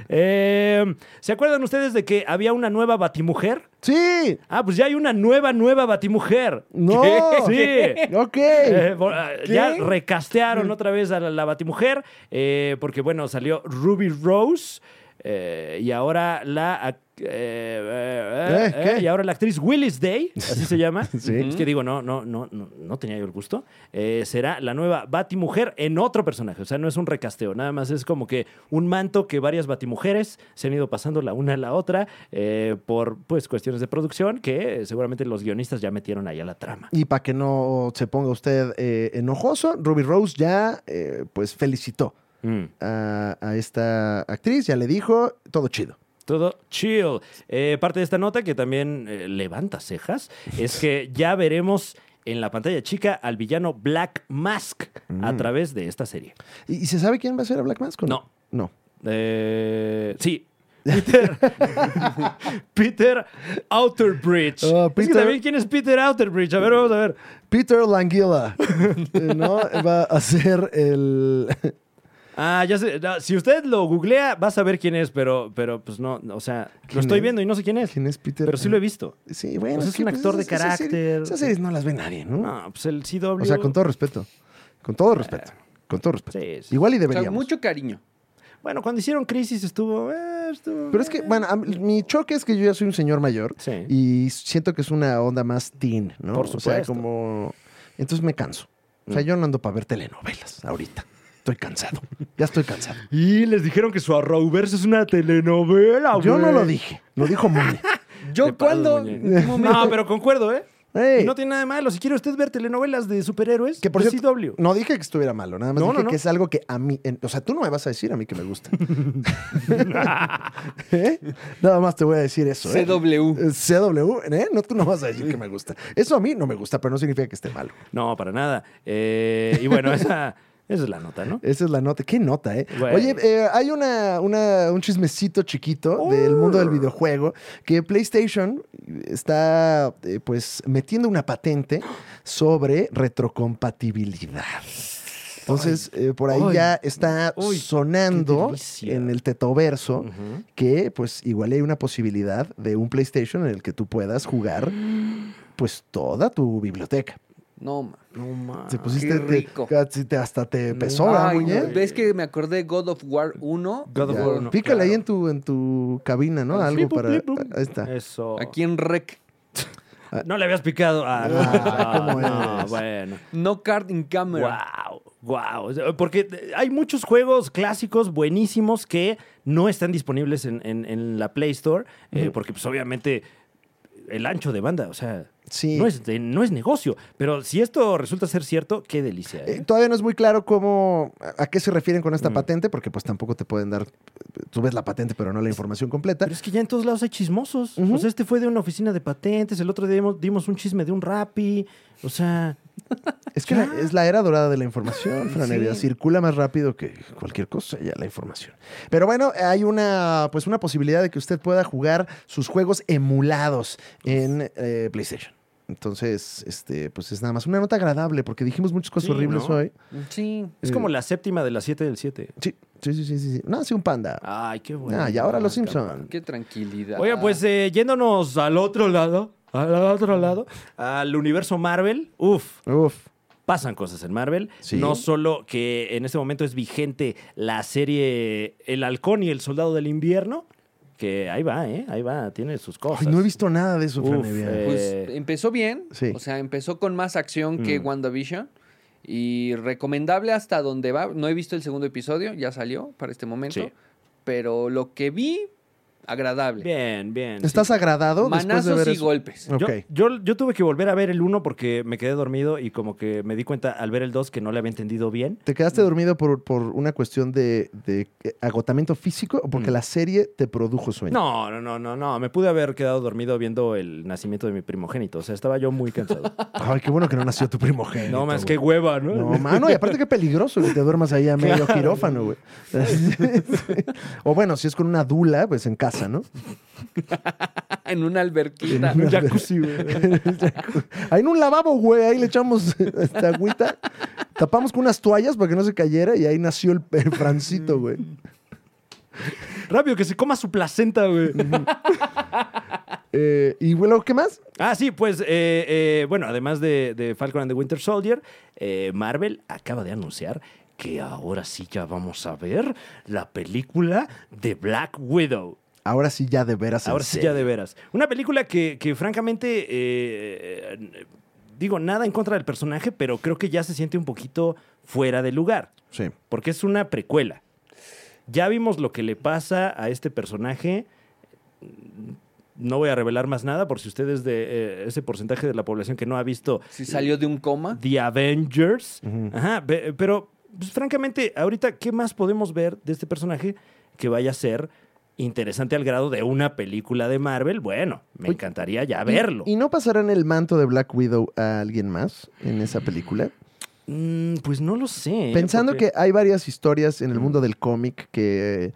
Eh, ¿Se acuerdan ustedes de que había una nueva Batimujer? Sí, Ah, pues ya hay una nueva, nueva Batimujer. no. *laughs* Sí. *laughs* Ok. Eh, bo- ah, ¿Qué? Mm. ya recastearon otra vez a la, la Batimujer, eh, porque bueno, salió Ruby Rose eh, y ahora la ac- eh, eh, ¿Eh? eh, ¿Qué? y ahora la actriz Willis Day, así se llama. *laughs* Sí. Es que digo, no, no, no, no, no tenía yo el gusto. Eh, será la nueva Batimujer en otro personaje. O sea, no es un recasteo, nada más es como que un manto que varias Batimujeres se han ido pasando la una a la otra eh, por pues cuestiones de producción que eh, seguramente los guionistas ya metieron ahí a la trama. Y para que no se ponga usted eh, enojoso, Ruby Rose ya eh, pues felicitó Mm. a, a esta actriz, ya le dijo, todo chido. Todo chill. Eh, parte de esta nota que también eh, levanta cejas es que ya veremos en la pantalla chica al villano Black Mask Mm. a través de esta serie. ¿Y, y se sabe quién va a ser a Black Mask? o No. Eh, *laughs* sí. Peter, Peter Outerbridge. Ah, Es que Peter- también quién es Peter Outerbridge. A ver, vamos a ver. Peter Languila, *laughs* eh, ¿no? Va a ser el... Ah, ya sé. Ah, Si usted lo googlea, va a saber quién es, pero, pero pues no, o sea, lo ¿Quién estoy es? viendo y no sé quién es. ¿Quién es Peter? Pero sí lo he visto. Sí, bueno. Pues es que, un actor de esas- esas series- carácter. Esas series no las ve nadie, ¿no? No, pues el CW. O sea, con todo respeto. Con todo respeto. Con todo respeto. Eh, Sí, sí. Igual y O sea, deberíamos. mucho cariño. Bueno, cuando hicieron Crisis estuvo. eh, estuvo- Pero es que, bueno, a mí- mi choque es que yo ya soy un señor mayor Sí. y siento que es una onda más teen, ¿no? Por O sea, supuesto. Mm. como... Entonces me canso. O sea, yo no ando para ver telenovelas ahorita. Estoy cansado. Ya estoy cansado. Y les dijeron que su Arrowverse es una telenovela, Yo no Ah, güey. lo dije. Lo *laughs* dijo Moni. Te Yo pasas, cuando... Muñe. un momento- *laughs* No, pero concuerdo, ¿eh? Ey. No tiene nada de malo. Si quiere usted ver telenovelas de superhéroes, Que por de cierto, CW. no dije que estuviera malo, nada más No, dije no, no. que es algo que a mí, en- o sea, tú no me vas a decir a mí que *laughs* me gusta. ¿Eh? Nada más te voy a decir eso. ¿eh? CW. Eh, CW, ¿eh? No, tú no vas a decir que me gusta. Eso a mí no me gusta, pero no significa que esté malo. No, para nada. Eh, y bueno, esa, esa es la nota, *laughs* ¿no? Esa es la nota. Qué nota, ¿eh? Güey. Oye, eh, hay una, una- un chismecito chiquito del mundo del videojuego que PlayStation está, eh, pues, metiendo una patente sobre retrocompatibilidad. Entonces, eh, por ahí Ay. ya está Uy, qué sonando delicia. en el tetoverso Ujú. que, pues, igual hay una posibilidad de un PlayStation en el que tú puedas jugar, pues, toda tu biblioteca. No, ma. No mames. Te pusiste, qué te- rico. casi te- hasta te pesó, ¿verdad, Ay, Muñe? no, ¿Ves que me acordé de God of War 1? God of Ya. War, no, Pícale ahí claro. en tu, en tu cabina, ¿no? Ah, Algo flip, para. flip, flip. Ahí está. Eso. Aquí en Rec. No le habías picado. Ah, no, Ah, no, ¿cómo no, eres? bueno. No card in camera. Wow, wow. Porque hay muchos juegos clásicos buenísimos que no están disponibles en, en- en la Play Store, eh, porque pues obviamente el ancho de banda, o sea, Sí. no, es, de- no es negocio. Pero si esto resulta ser cierto, qué delicia. ¿eh? Eh, todavía no es muy claro cómo a a qué se refieren con esta Mm. patente, porque pues tampoco te pueden dar. Tú ves la patente, pero no la información completa. Pero es que ya en todos lados hay chismosos. Ujú. O sea, este fue de una oficina de patentes, el otro día dimos, dimos un chisme de un rapi. O sea, Es que la- es la era dorada de la información, Franevia. Sí. Circula más rápido que cualquier cosa ya la información. Pero bueno, hay una, pues una posibilidad de que usted pueda jugar sus juegos emulados en eh, PlayStation. Entonces, este, pues es nada más una nota agradable, porque dijimos muchas cosas Sí, horribles ¿no? hoy. Sí. es como la séptima de las siete del siete. Sí, sí, sí, sí, sí. sí. No, sí, un panda. Ay, qué bueno. Ah, y ahora los Ah, cabrón. Simpson. Qué tranquilidad. Oiga, pues eh, yéndonos al otro lado, al otro lado, al universo Marvel, uf, Uf. pasan cosas en Marvel. Sí. No solo que en este momento es vigente la serie El Halcón y el Soldado del Invierno, que ahí va, ¿eh? Ahí va, tiene sus cosas. Ay, no he visto nada de eso, Uf, Franevia. eh. Pues Eh, empezó bien. sí. O sea, empezó con más acción que Mm. WandaVision. Y recomendable hasta donde va. No he visto el segundo episodio, ya salió para este momento. Sí. Pero lo que vi, agradable. Bien, bien. ¿Estás sí. agradado después de Manazos ver y eso? golpes. *laughs* Yo, Ok. yo, yo tuve que volver a ver el 1 porque me quedé dormido y como que me di cuenta al ver el 2 que no le había entendido bien. ¿Te quedaste dormido por, por una cuestión de, de, eh, agotamiento físico o porque Mm. la serie te produjo sueño? No, no, no, no, no. Me pude haber quedado dormido viendo el nacimiento de mi primogénito. O sea, estaba yo muy cansado. Ay, qué bueno que no nació tu *laughs* primogénito. No más, güey. qué hueva, ¿no? No, mano, y aparte qué peligroso que te duermas ahí *laughs* a medio quirófano, güey. *laughs* o bueno, si es con una dula, pues en casa, ¿no? en una alberquita. *laughs* Un jacuzzi, güey. Ahí en un lavabo, güey, ahí le echamos esta agüita, tapamos con unas toallas para que no se cayera y ahí nació el, el Francito, Mm. güey. *laughs* Rápido, que se coma su placenta, güey. Eh, y bueno, ¿qué más? ah, sí, pues, eh, eh, bueno, además de, de Falcon and the Winter Soldier, eh, Marvel acaba de anunciar que ahora sí ya vamos a ver la película de Black Widow. Ahora sí ya de veras. en Ahora sí, serio. ya de veras. Una película que, que francamente, eh, eh, digo, nada en contra del personaje, pero creo que ya se siente un poquito fuera de lugar, Sí. porque es una precuela. Ya vimos lo que le pasa a este personaje. No voy a revelar más nada por si ustedes de eh, ese porcentaje de la población que no ha visto Si salió de un coma. The Avengers. Ujú. Ajá, pe- pero pues, francamente, ahorita, ¿qué más podemos ver de este personaje que vaya a ser interesante al grado de una película de Marvel, bueno, me Oye, encantaría ya ¿Y- verlo. ¿Y, no pasarán el manto de Black Widow a alguien más en esa película? Mm, pues no lo sé. ¿eh? Pensando Porque- que hay varias historias en el mundo del cómic que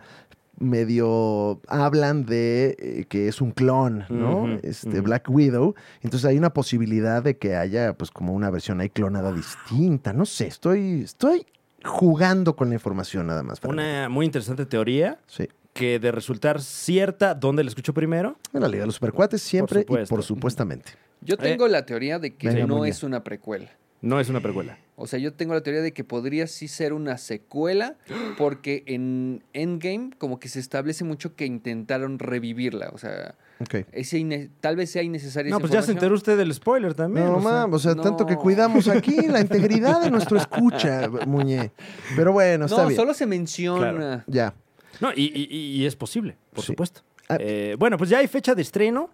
medio hablan de eh, que es un clon, ¿no? Ujú, este ujú. Black Widow. Entonces hay una posibilidad de que haya pues como una versión ahí Ah. clonada distinta. No sé, estoy, estoy jugando con la información nada más. Fran. Una muy interesante teoría Sí. que de resultar cierta, ¿dónde la escucho primero? En la Liga de los Supercuates siempre y supuesto. por supuestamente. Yo tengo la teoría de que Venga, no Muñe. es una precuela. No es una precuela. O sea, yo tengo la teoría de que podría sí ser una secuela, porque en Endgame como que se establece mucho que intentaron revivirla. O sea, Ok. ese ine- tal vez sea innecesaria. No, esa pues ya se información. enteró usted del spoiler también. No, o sea. mames, o sea, no. tanto que cuidamos aquí la integridad de *laughs* nuestro escucha, Muñe. Pero bueno, está No, bien. solo se menciona. Ya. No, y, y- y es posible, por Sí. supuesto. pues- Ah. Eh, bueno, pues ya hay fecha de estreno.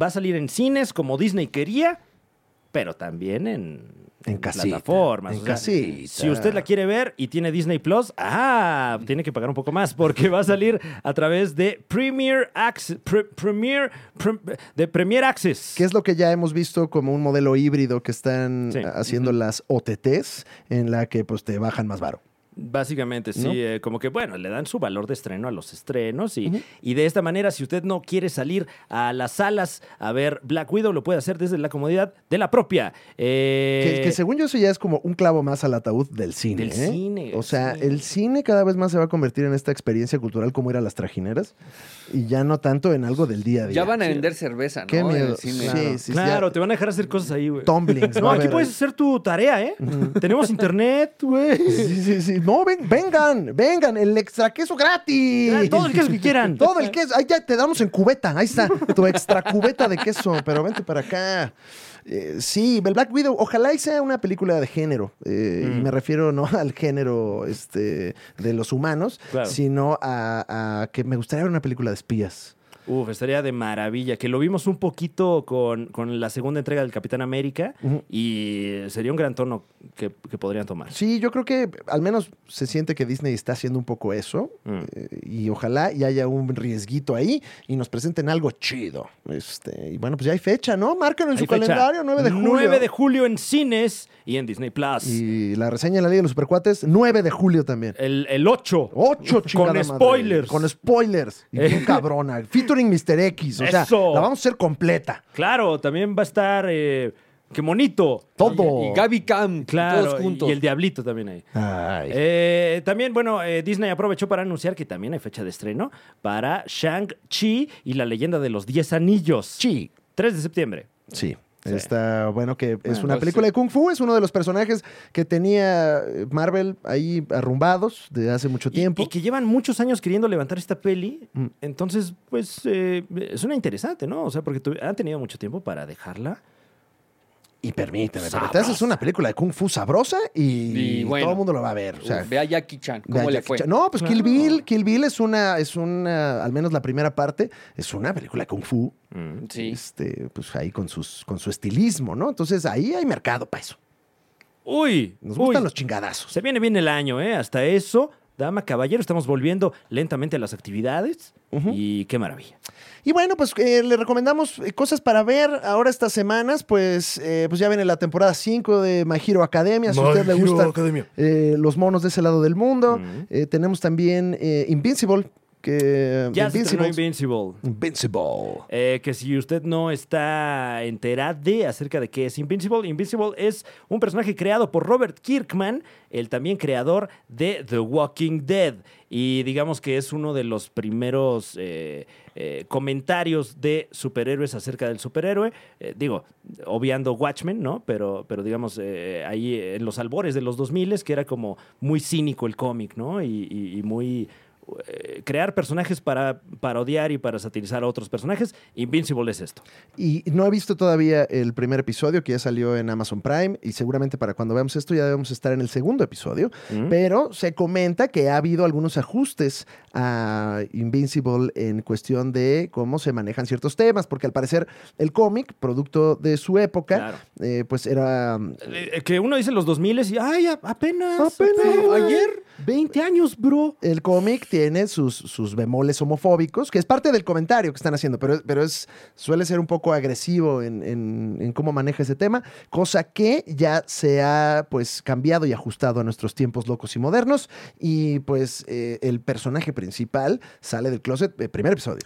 Va a salir en cines como Disney quería, pero también en, En casita, plataformas. en O sea, casita. Si usted la quiere ver y tiene Disney Plus, ah, tiene que pagar un poco más porque va a salir a través de Premier Access, Pre- Premier, Pre- de Premier Access. Que es lo que ya hemos visto como un modelo híbrido que están Sí. haciendo las OTTs, en la que pues te bajan más varo. Básicamente, sí. ¿No? eh, como que, bueno, le dan su valor de estreno a los estrenos y, Ujú. y de esta manera, si usted no quiere salir a las salas a ver Black Widow, lo puede hacer desde la comodidad de la propia. eh, que, que según yo eso ya es como un clavo más al ataúd del cine. Del ¿eh? cine, O sea, sí. el cine cada vez más se va a convertir en esta experiencia cultural como ir a las trajineras y ya no tanto en algo del día a día. Ya van a vender cerveza, ¿no? Qué En el miedo. cine. Sí, sí, claro, ya- te van a dejar hacer cosas ahí, güey. Tumblings. *laughs* No, va a aquí haber puedes ahí. hacer tu tarea, ¿eh? *laughs* Tenemos internet, güey. Sí, sí, sí. No, ven- vengan, vengan, el extra queso gratis. Ah, Todo el queso que quieran. *laughs* Todo el queso. Ahí ya te damos en cubeta. Ahí está, tu extra cubeta de queso. Pero vente para acá. Eh, sí, el Black Widow, ojalá y sea una película de género. Eh, Y Mm. me refiero no al género este, de los humanos, Claro. sino a, a que me gustaría ver una película de espías. Uf, estaría de maravilla. Que lo vimos un poquito con, con la segunda entrega del Capitán América Ujú. y sería un gran tono que, que podrían tomar. Sí, yo creo que al menos se siente que Disney está haciendo un poco eso. Mm. Eh, y ojalá y haya un riesguito ahí y nos presenten algo chido. Este, y bueno, pues ya hay fecha, ¿no? Márquenlo en Hay su fecha. calendario, 9 de julio. 9 de julio en cines y en Disney Plus. Y la reseña de la Liga de los Supercuates, 9 de julio también. El, el 8. 8 chingada Con madre. spoilers. Eh. Con spoilers. Y bien cabrona. Featuring Mr. X. O sea, Eso. la vamos a hacer completa. Claro, también va a estar. eh, ¡Qué monito! Todo. Y Gaby Cam, Claro, todos y- juntos. y el Diablito también ahí. Ay. Eh, también, bueno, eh, Disney aprovechó para anunciar que también hay fecha de estreno para Shang-Chi y la leyenda de los 10 anillos. Chi. 3 de septiembre. Sí. Está bueno que es Bueno, una pues, película sí. de Kung Fu, es uno de los personajes que tenía eh, Marvel ahí arrumbados de hace mucho Y- tiempo. Mm. Y, que llevan muchos años queriendo levantar esta peli. Entonces, pues, eh, suena interesante, ¿no? O sea, porque tu- han tenido mucho tiempo para dejarla. Y permíteme, pero te Sabrosa. haces una película de Kung Fu sabrosa y, Y bueno. todo el mundo lo va a ver. O sea, Ve a Jackie Chan, ve a ¿cómo le Jackie fue? Chan. No, pues Kill Claro. Bill, Kill Bill es una, es una, al menos la primera parte, es una película de Kung Fu. Sí. Este, pues ahí con sus, con su estilismo, ¿no? Entonces ahí hay mercado para eso. Uy, Nos uy. gustan los chingadazos. Pues Se viene bien el año, ¿eh? Hasta eso, dama, caballero, estamos volviendo lentamente a las actividades. Y qué maravilla. Y bueno, pues eh, le recomendamos eh, cosas para ver ahora estas semanas. Pues, eh, pues ya viene la temporada 5 de My Hero Academia. Si a usted le gusta eh, los monos de ese lado del mundo. Ujú. Eh, tenemos también eh, Invincible. Que, Ya se estrenó Invincible. Invincible. Invincible. Eh, que si usted no está enterada acerca de qué es Invincible, Invincible es un personaje creado por Robert Kirkman, el también creador de The Walking Dead. Y digamos que es uno de los primeros eh, eh, comentarios de superhéroes acerca del superhéroe. Eh, digo, obviando Watchmen, ¿no? Pero, pero digamos, eh, ahí en los albores de los 2000 que era como muy cínico el cómic, ¿no? Y- y- y muy eh, crear personajes para parodiar y para satirizar a otros personajes. Invincible es esto. Y no he visto todavía el primer episodio que ya salió en Amazon Prime y seguramente para cuando veamos esto ya debemos estar en el segundo episodio. ¿Mm? Pero se comenta que ha habido algunos ajustes a Invincible en cuestión de cómo se manejan ciertos temas, porque al parecer el cómic, producto de su época, Claro. eh, pues era... mm, Eh, eh, que uno dice los 2000 y ay, a- apenas, Apenas, apenas, güey. ayer, 20 años, bro. El cómic tiene sus, sus bemoles homofóbicos, que es parte del comentario que están haciendo, pero, pero es, suele ser un poco agresivo en, en- en cómo maneja ese tema, cosa que ya se ha pues cambiado y ajustado a nuestros tiempos locos y modernos. Y pues eh, el personaje principal sale del closet, eh, primer episodio.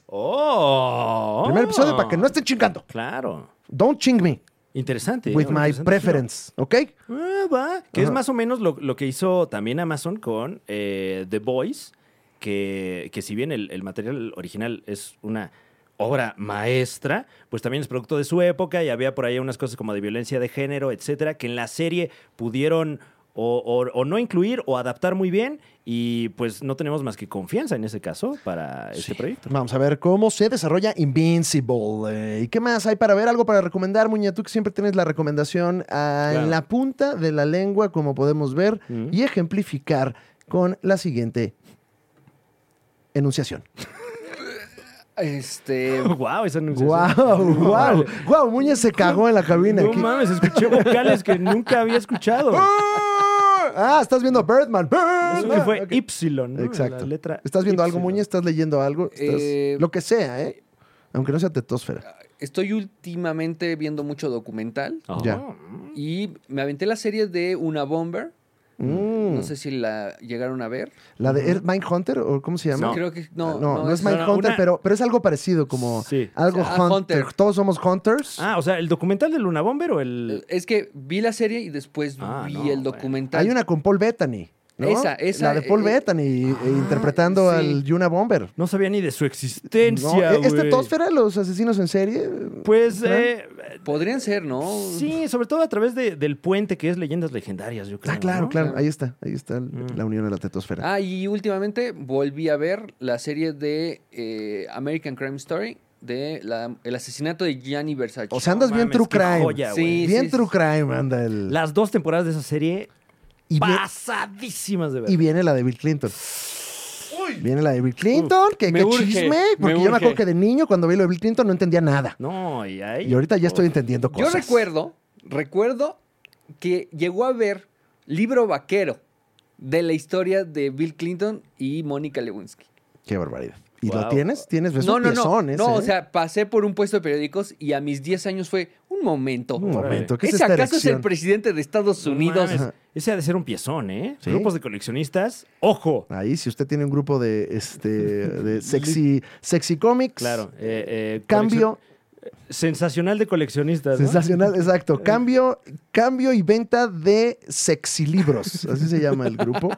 ¡Oh! Primer episodio para que no estén chingando. Claro. Don't ching me Interesante. ¿eh? with Un my interesante preference, ¿ok? giro. Ah, va. Que es Ajá. más o menos lo, lo que hizo también Amazon con eh, The Voice, que, que si bien el, el material original es una obra maestra, pues también es producto de su época y había por ahí unas cosas como de violencia de género, etcétera, que en la serie pudieron o, o- o no incluir o adaptar muy bien y pues no tenemos más que confianza en ese caso para este proyecto. *laughs* Vamos a ver cómo se desarrolla Invincible. Eh, ¿Y qué más hay para ver? ¿Algo para recomendar, Muña? Tú que siempre tienes la recomendación ah, Claro. en la punta de la lengua, como podemos ver, Mm. y ejemplificar con la siguiente enunciación. Este. Wow, esa anunciación. *laughs* ¡Guau! No, ¡Guau! vale. ¡Guau! Muña se cagó en la cabina. No ¿Qué- mames, escuché vocales que nunca había escuchado. *laughs* Ah, estás viendo Birdman. Eso que Birdman. fue Ok. Y, ¿no? Exacto. La letra ¿Estás viendo algo, Y. Muña? ¿Estás leyendo algo? ¿Estás- Eh, Lo que sea, ¿eh? Aunque no sea ah, tetósfera. Estoy últimamente viendo mucho documental Ajá. Ya. y me aventé la serie de Una Bomber. Mm. No sé si la llegaron a ver. ¿La de Earth Mind Hunter o cómo se llama? No. Creo que. No, No, no, es no, no, Mindhunter, una- pero, pero es algo parecido, como Sí. algo Ah, hunter. Hunter. Todos somos hunters. Ah, o sea, ¿el documental de Luna Bomber o el...? Es que vi la serie y después Ah, vi no, el bueno. documental. Hay una con Paul Bettany. ¿no? Esa, esa, La de Paul eh, Bettany e- e interpretando sí. al Yuna Bomber. No sabía ni de su No, e-, este existencia, ¿Es güey. tetosfera los asesinos en serie? Ah, Pues, ¿Fran? eh, Podrían ser, ¿no? sí, sobre todo a través de- del puente que es Leyendas Legendarias, yo creo. Ah, claro, ¿no? claro. Claro. Mm. Ahí está. Ahí está el- la unión de la tetosfera. Ah, y últimamente volví a ver la serie de eh, American Crime Story de la- el asesinato de Gianni Versace. o sea, andas No bien mames, true qué crime. joya, Sí. güey. Bien sí, true sí. crime anda el... Las dos temporadas de esa serie, y, vie- pasadísimas de y verdad. viene la de Bill Clinton. Viene la de Bill Clinton, que me qué urge, chisme, me porque yo me acuerdo urge. que de niño cuando vi lo de Bill Clinton no entendía nada. No, y ahí... Y ahorita ya estoy entendiendo oh, Yo cosas. recuerdo, recuerdo que llegó a ver libro vaquero de la historia de Bill Clinton y Mónica Lewinsky. Qué barbaridad. ¿Y lo Guau. tienes? ¿Tienes? ¿Ves No, Pues un no, no. piezón No, ese, o eh? sea, pasé por un puesto de periódicos y a mis 10 años fue un momento. Un momento. ¿Qué es, ¿Ese esta acaso es el erección? presidente de Estados No Unidos? mames, Ese ha de ser un piezón, ¿eh? Sí. Grupos de coleccionistas, ¡ojo! Ahí, si usted tiene un grupo de, este, *laughs* de sexy, sexy comics. Claro. eh, eh, Cambio, coleccion- Sensacional de coleccionistas, ¿no? sensacional, Eh. exacto. Cambio, cambio y venta de sexy *laughs* libros. Así se llama el grupo.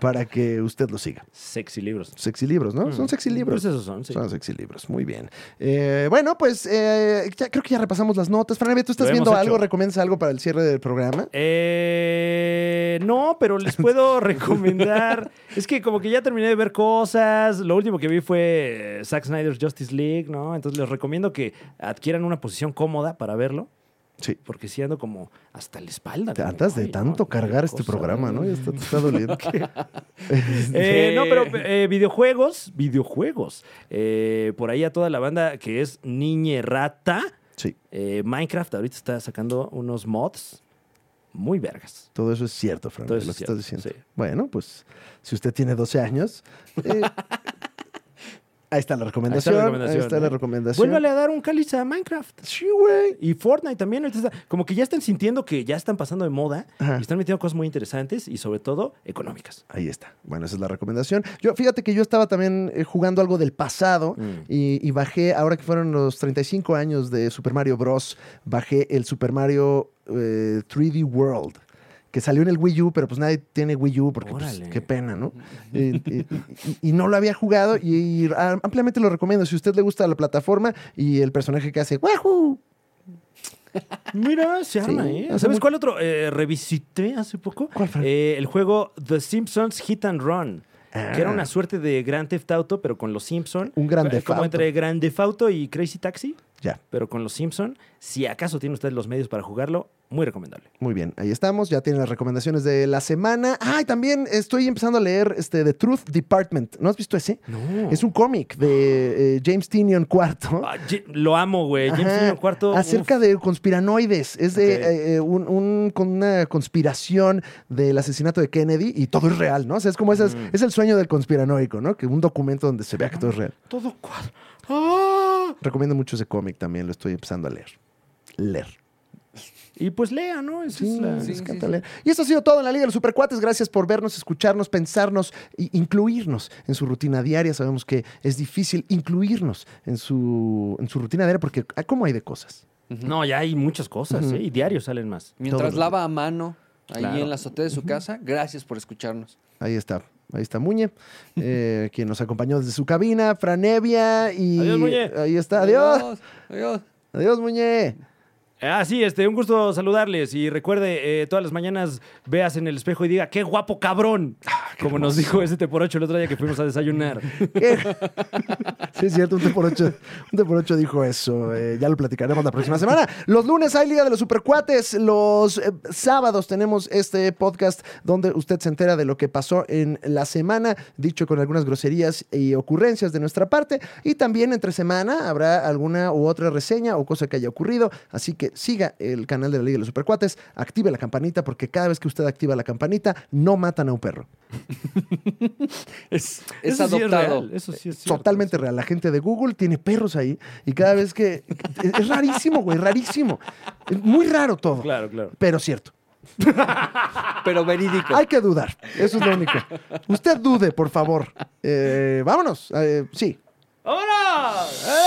para que usted lo siga. Sexy libros. Sexy libros, ¿no? Mm. Son sexy libros. Pues esos son, sí. Son sexy libros, muy bien. Eh, bueno, pues eh, ya, creo que ya repasamos las notas. Fran, ¿tú estás Lo hemos viendo hecho. algo? ¿Recomiendas algo para el cierre del programa? Eh, no, pero les puedo *laughs* recomendar. Es que como que ya terminé de ver cosas. Lo último que vi fue eh, Zack Snyder's Justice League, ¿no? Entonces les recomiendo que adquieran una posición cómoda para verlo. Sí. Porque si ando como hasta la espalda. Te como, hartas de ay, no, tanto qué cargar este cosa, programa, ¿no? Ya *laughs* está, te *laughs* está doliendo. Eh, Sí. no, pero eh, videojuegos, videojuegos. Eh, por ahí a toda la banda que es niñerata. Sí, Eh, Minecraft ahorita está sacando unos mods muy vergas. todo eso es cierto, Fran, Todo lo eso que es estás cierto, diciendo. Bueno, pues si usted tiene 12 años. *laughs* eh, ahí está la recomendación. Ahí está la recomendación. ¿eh? Vuélvale a dar un cáliz a Minecraft. Sí, güey. Y Fortnite también. ahorita está- como que ya están sintiendo que ya están pasando de moda Ajá. y están metiendo cosas muy interesantes y sobre todo económicas. Ahí está. Bueno, esa es la recomendación. Yo, fíjate que yo estaba también eh, jugando algo del pasado Mm. y, y bajé, ahora que fueron los 35 años de Super Mario Bros., bajé el Super Mario eh, 3D World, que salió en el Wii U, pero pues nadie tiene Wii U porque pues, Órale. qué pena, ¿no? Eh, y, y- y no lo había jugado y, y a- ampliamente lo recomiendo. Si a usted le gusta la plataforma y el personaje que hace ¡Wahoo! Mira, se arma, Sí, ¿eh? hace ¿Sabes mucho- cuál otro eh, revisité hace poco? ¿Cuál, Fran? Eh, el juego The Simpsons Hit and Run. Que era Ah. una suerte de Grand Theft Auto, pero con los Simpsons. Un Grand Theft Como Auto. entre Grand Theft Auto y Crazy Taxi. Ya. Pero con los Simpson, si acaso tiene usted los medios para jugarlo, muy recomendable. Muy bien, ahí estamos. Ya tienen las recomendaciones de la semana. Ah, y también estoy empezando a leer este The Truth Department. ¿No has visto ese? No. Es un cómic de eh, James Tinion IV. Ah, Ji- lo amo, güey. James Ajá. Tinion Cuarto. Acerca de conspiranoides. Es de Ok. eh, eh, un- un- con una conspiración del asesinato de Kennedy y todo es real, ¿no? O sea, es como esas, es el sueño del conspiranoico, ¿no? Que un documento donde se vea que todo es real. Todo cuadro. ¡Ah! Recomiendo mucho ese cómic también, lo estoy empezando a leer. Leer. Y pues lea, ¿no? Esa Sí, es la- les sí, encanta sí. leer. Y esto ha sido todo en la Liga de los Supercuates. Gracias por vernos, escucharnos, pensarnos e incluirnos en su rutina diaria. Sabemos que es difícil incluirnos en su, en su rutina diaria porque ah, ¿cómo hay de cosas? No, ya hay muchas cosas, ¿eh? Y diarios salen más. Todos Mientras los lava a mano ahí Claro. en la azotea de su casa, gracias por escucharnos. Ahí está. Ahí está Muñe, eh, quien nos acompañó desde su cabina, Franevia y... Adiós, Muñe. Ahí está, adiós. Adiós. Adiós, Muñe. Ah, sí, este, un gusto saludarles. Y recuerde, eh, todas las mañanas veas en el espejo y diga, ¡qué guapo cabrón! Ah, Como nos dijo ese te por ocho el otro día que fuimos a *laughs* desayunar. ¿Qué? *laughs* sí, es cierto, un T por ocho, un T por ocho dijo eso. eh, ya lo platicaremos la próxima semana. Los lunes hay Liga de los Supercuates. Los eh, sábados tenemos este podcast donde usted se entera de lo que pasó en la semana, dicho con algunas groserías y ocurrencias de nuestra parte. Y también entre semana habrá alguna u otra reseña o cosa que haya ocurrido. Así que siga el canal de la Liga de los Supercuates, active la campanita, porque cada vez que usted activa la campanita, no matan a un perro. Es, es eso sí adoptado. real, eso sí es cierto. Totalmente real. La gente de Google tiene perros ahí y cada vez que... es, es rarísimo, güey, rarísimo. Es Muy raro todo. Claro, claro. Pero cierto. Pero verídico. Hay que dudar. Eso es lo único. Usted dude, por favor. Eh, vámonos. Eh, sí. ¡Vámonos! ¡Eh!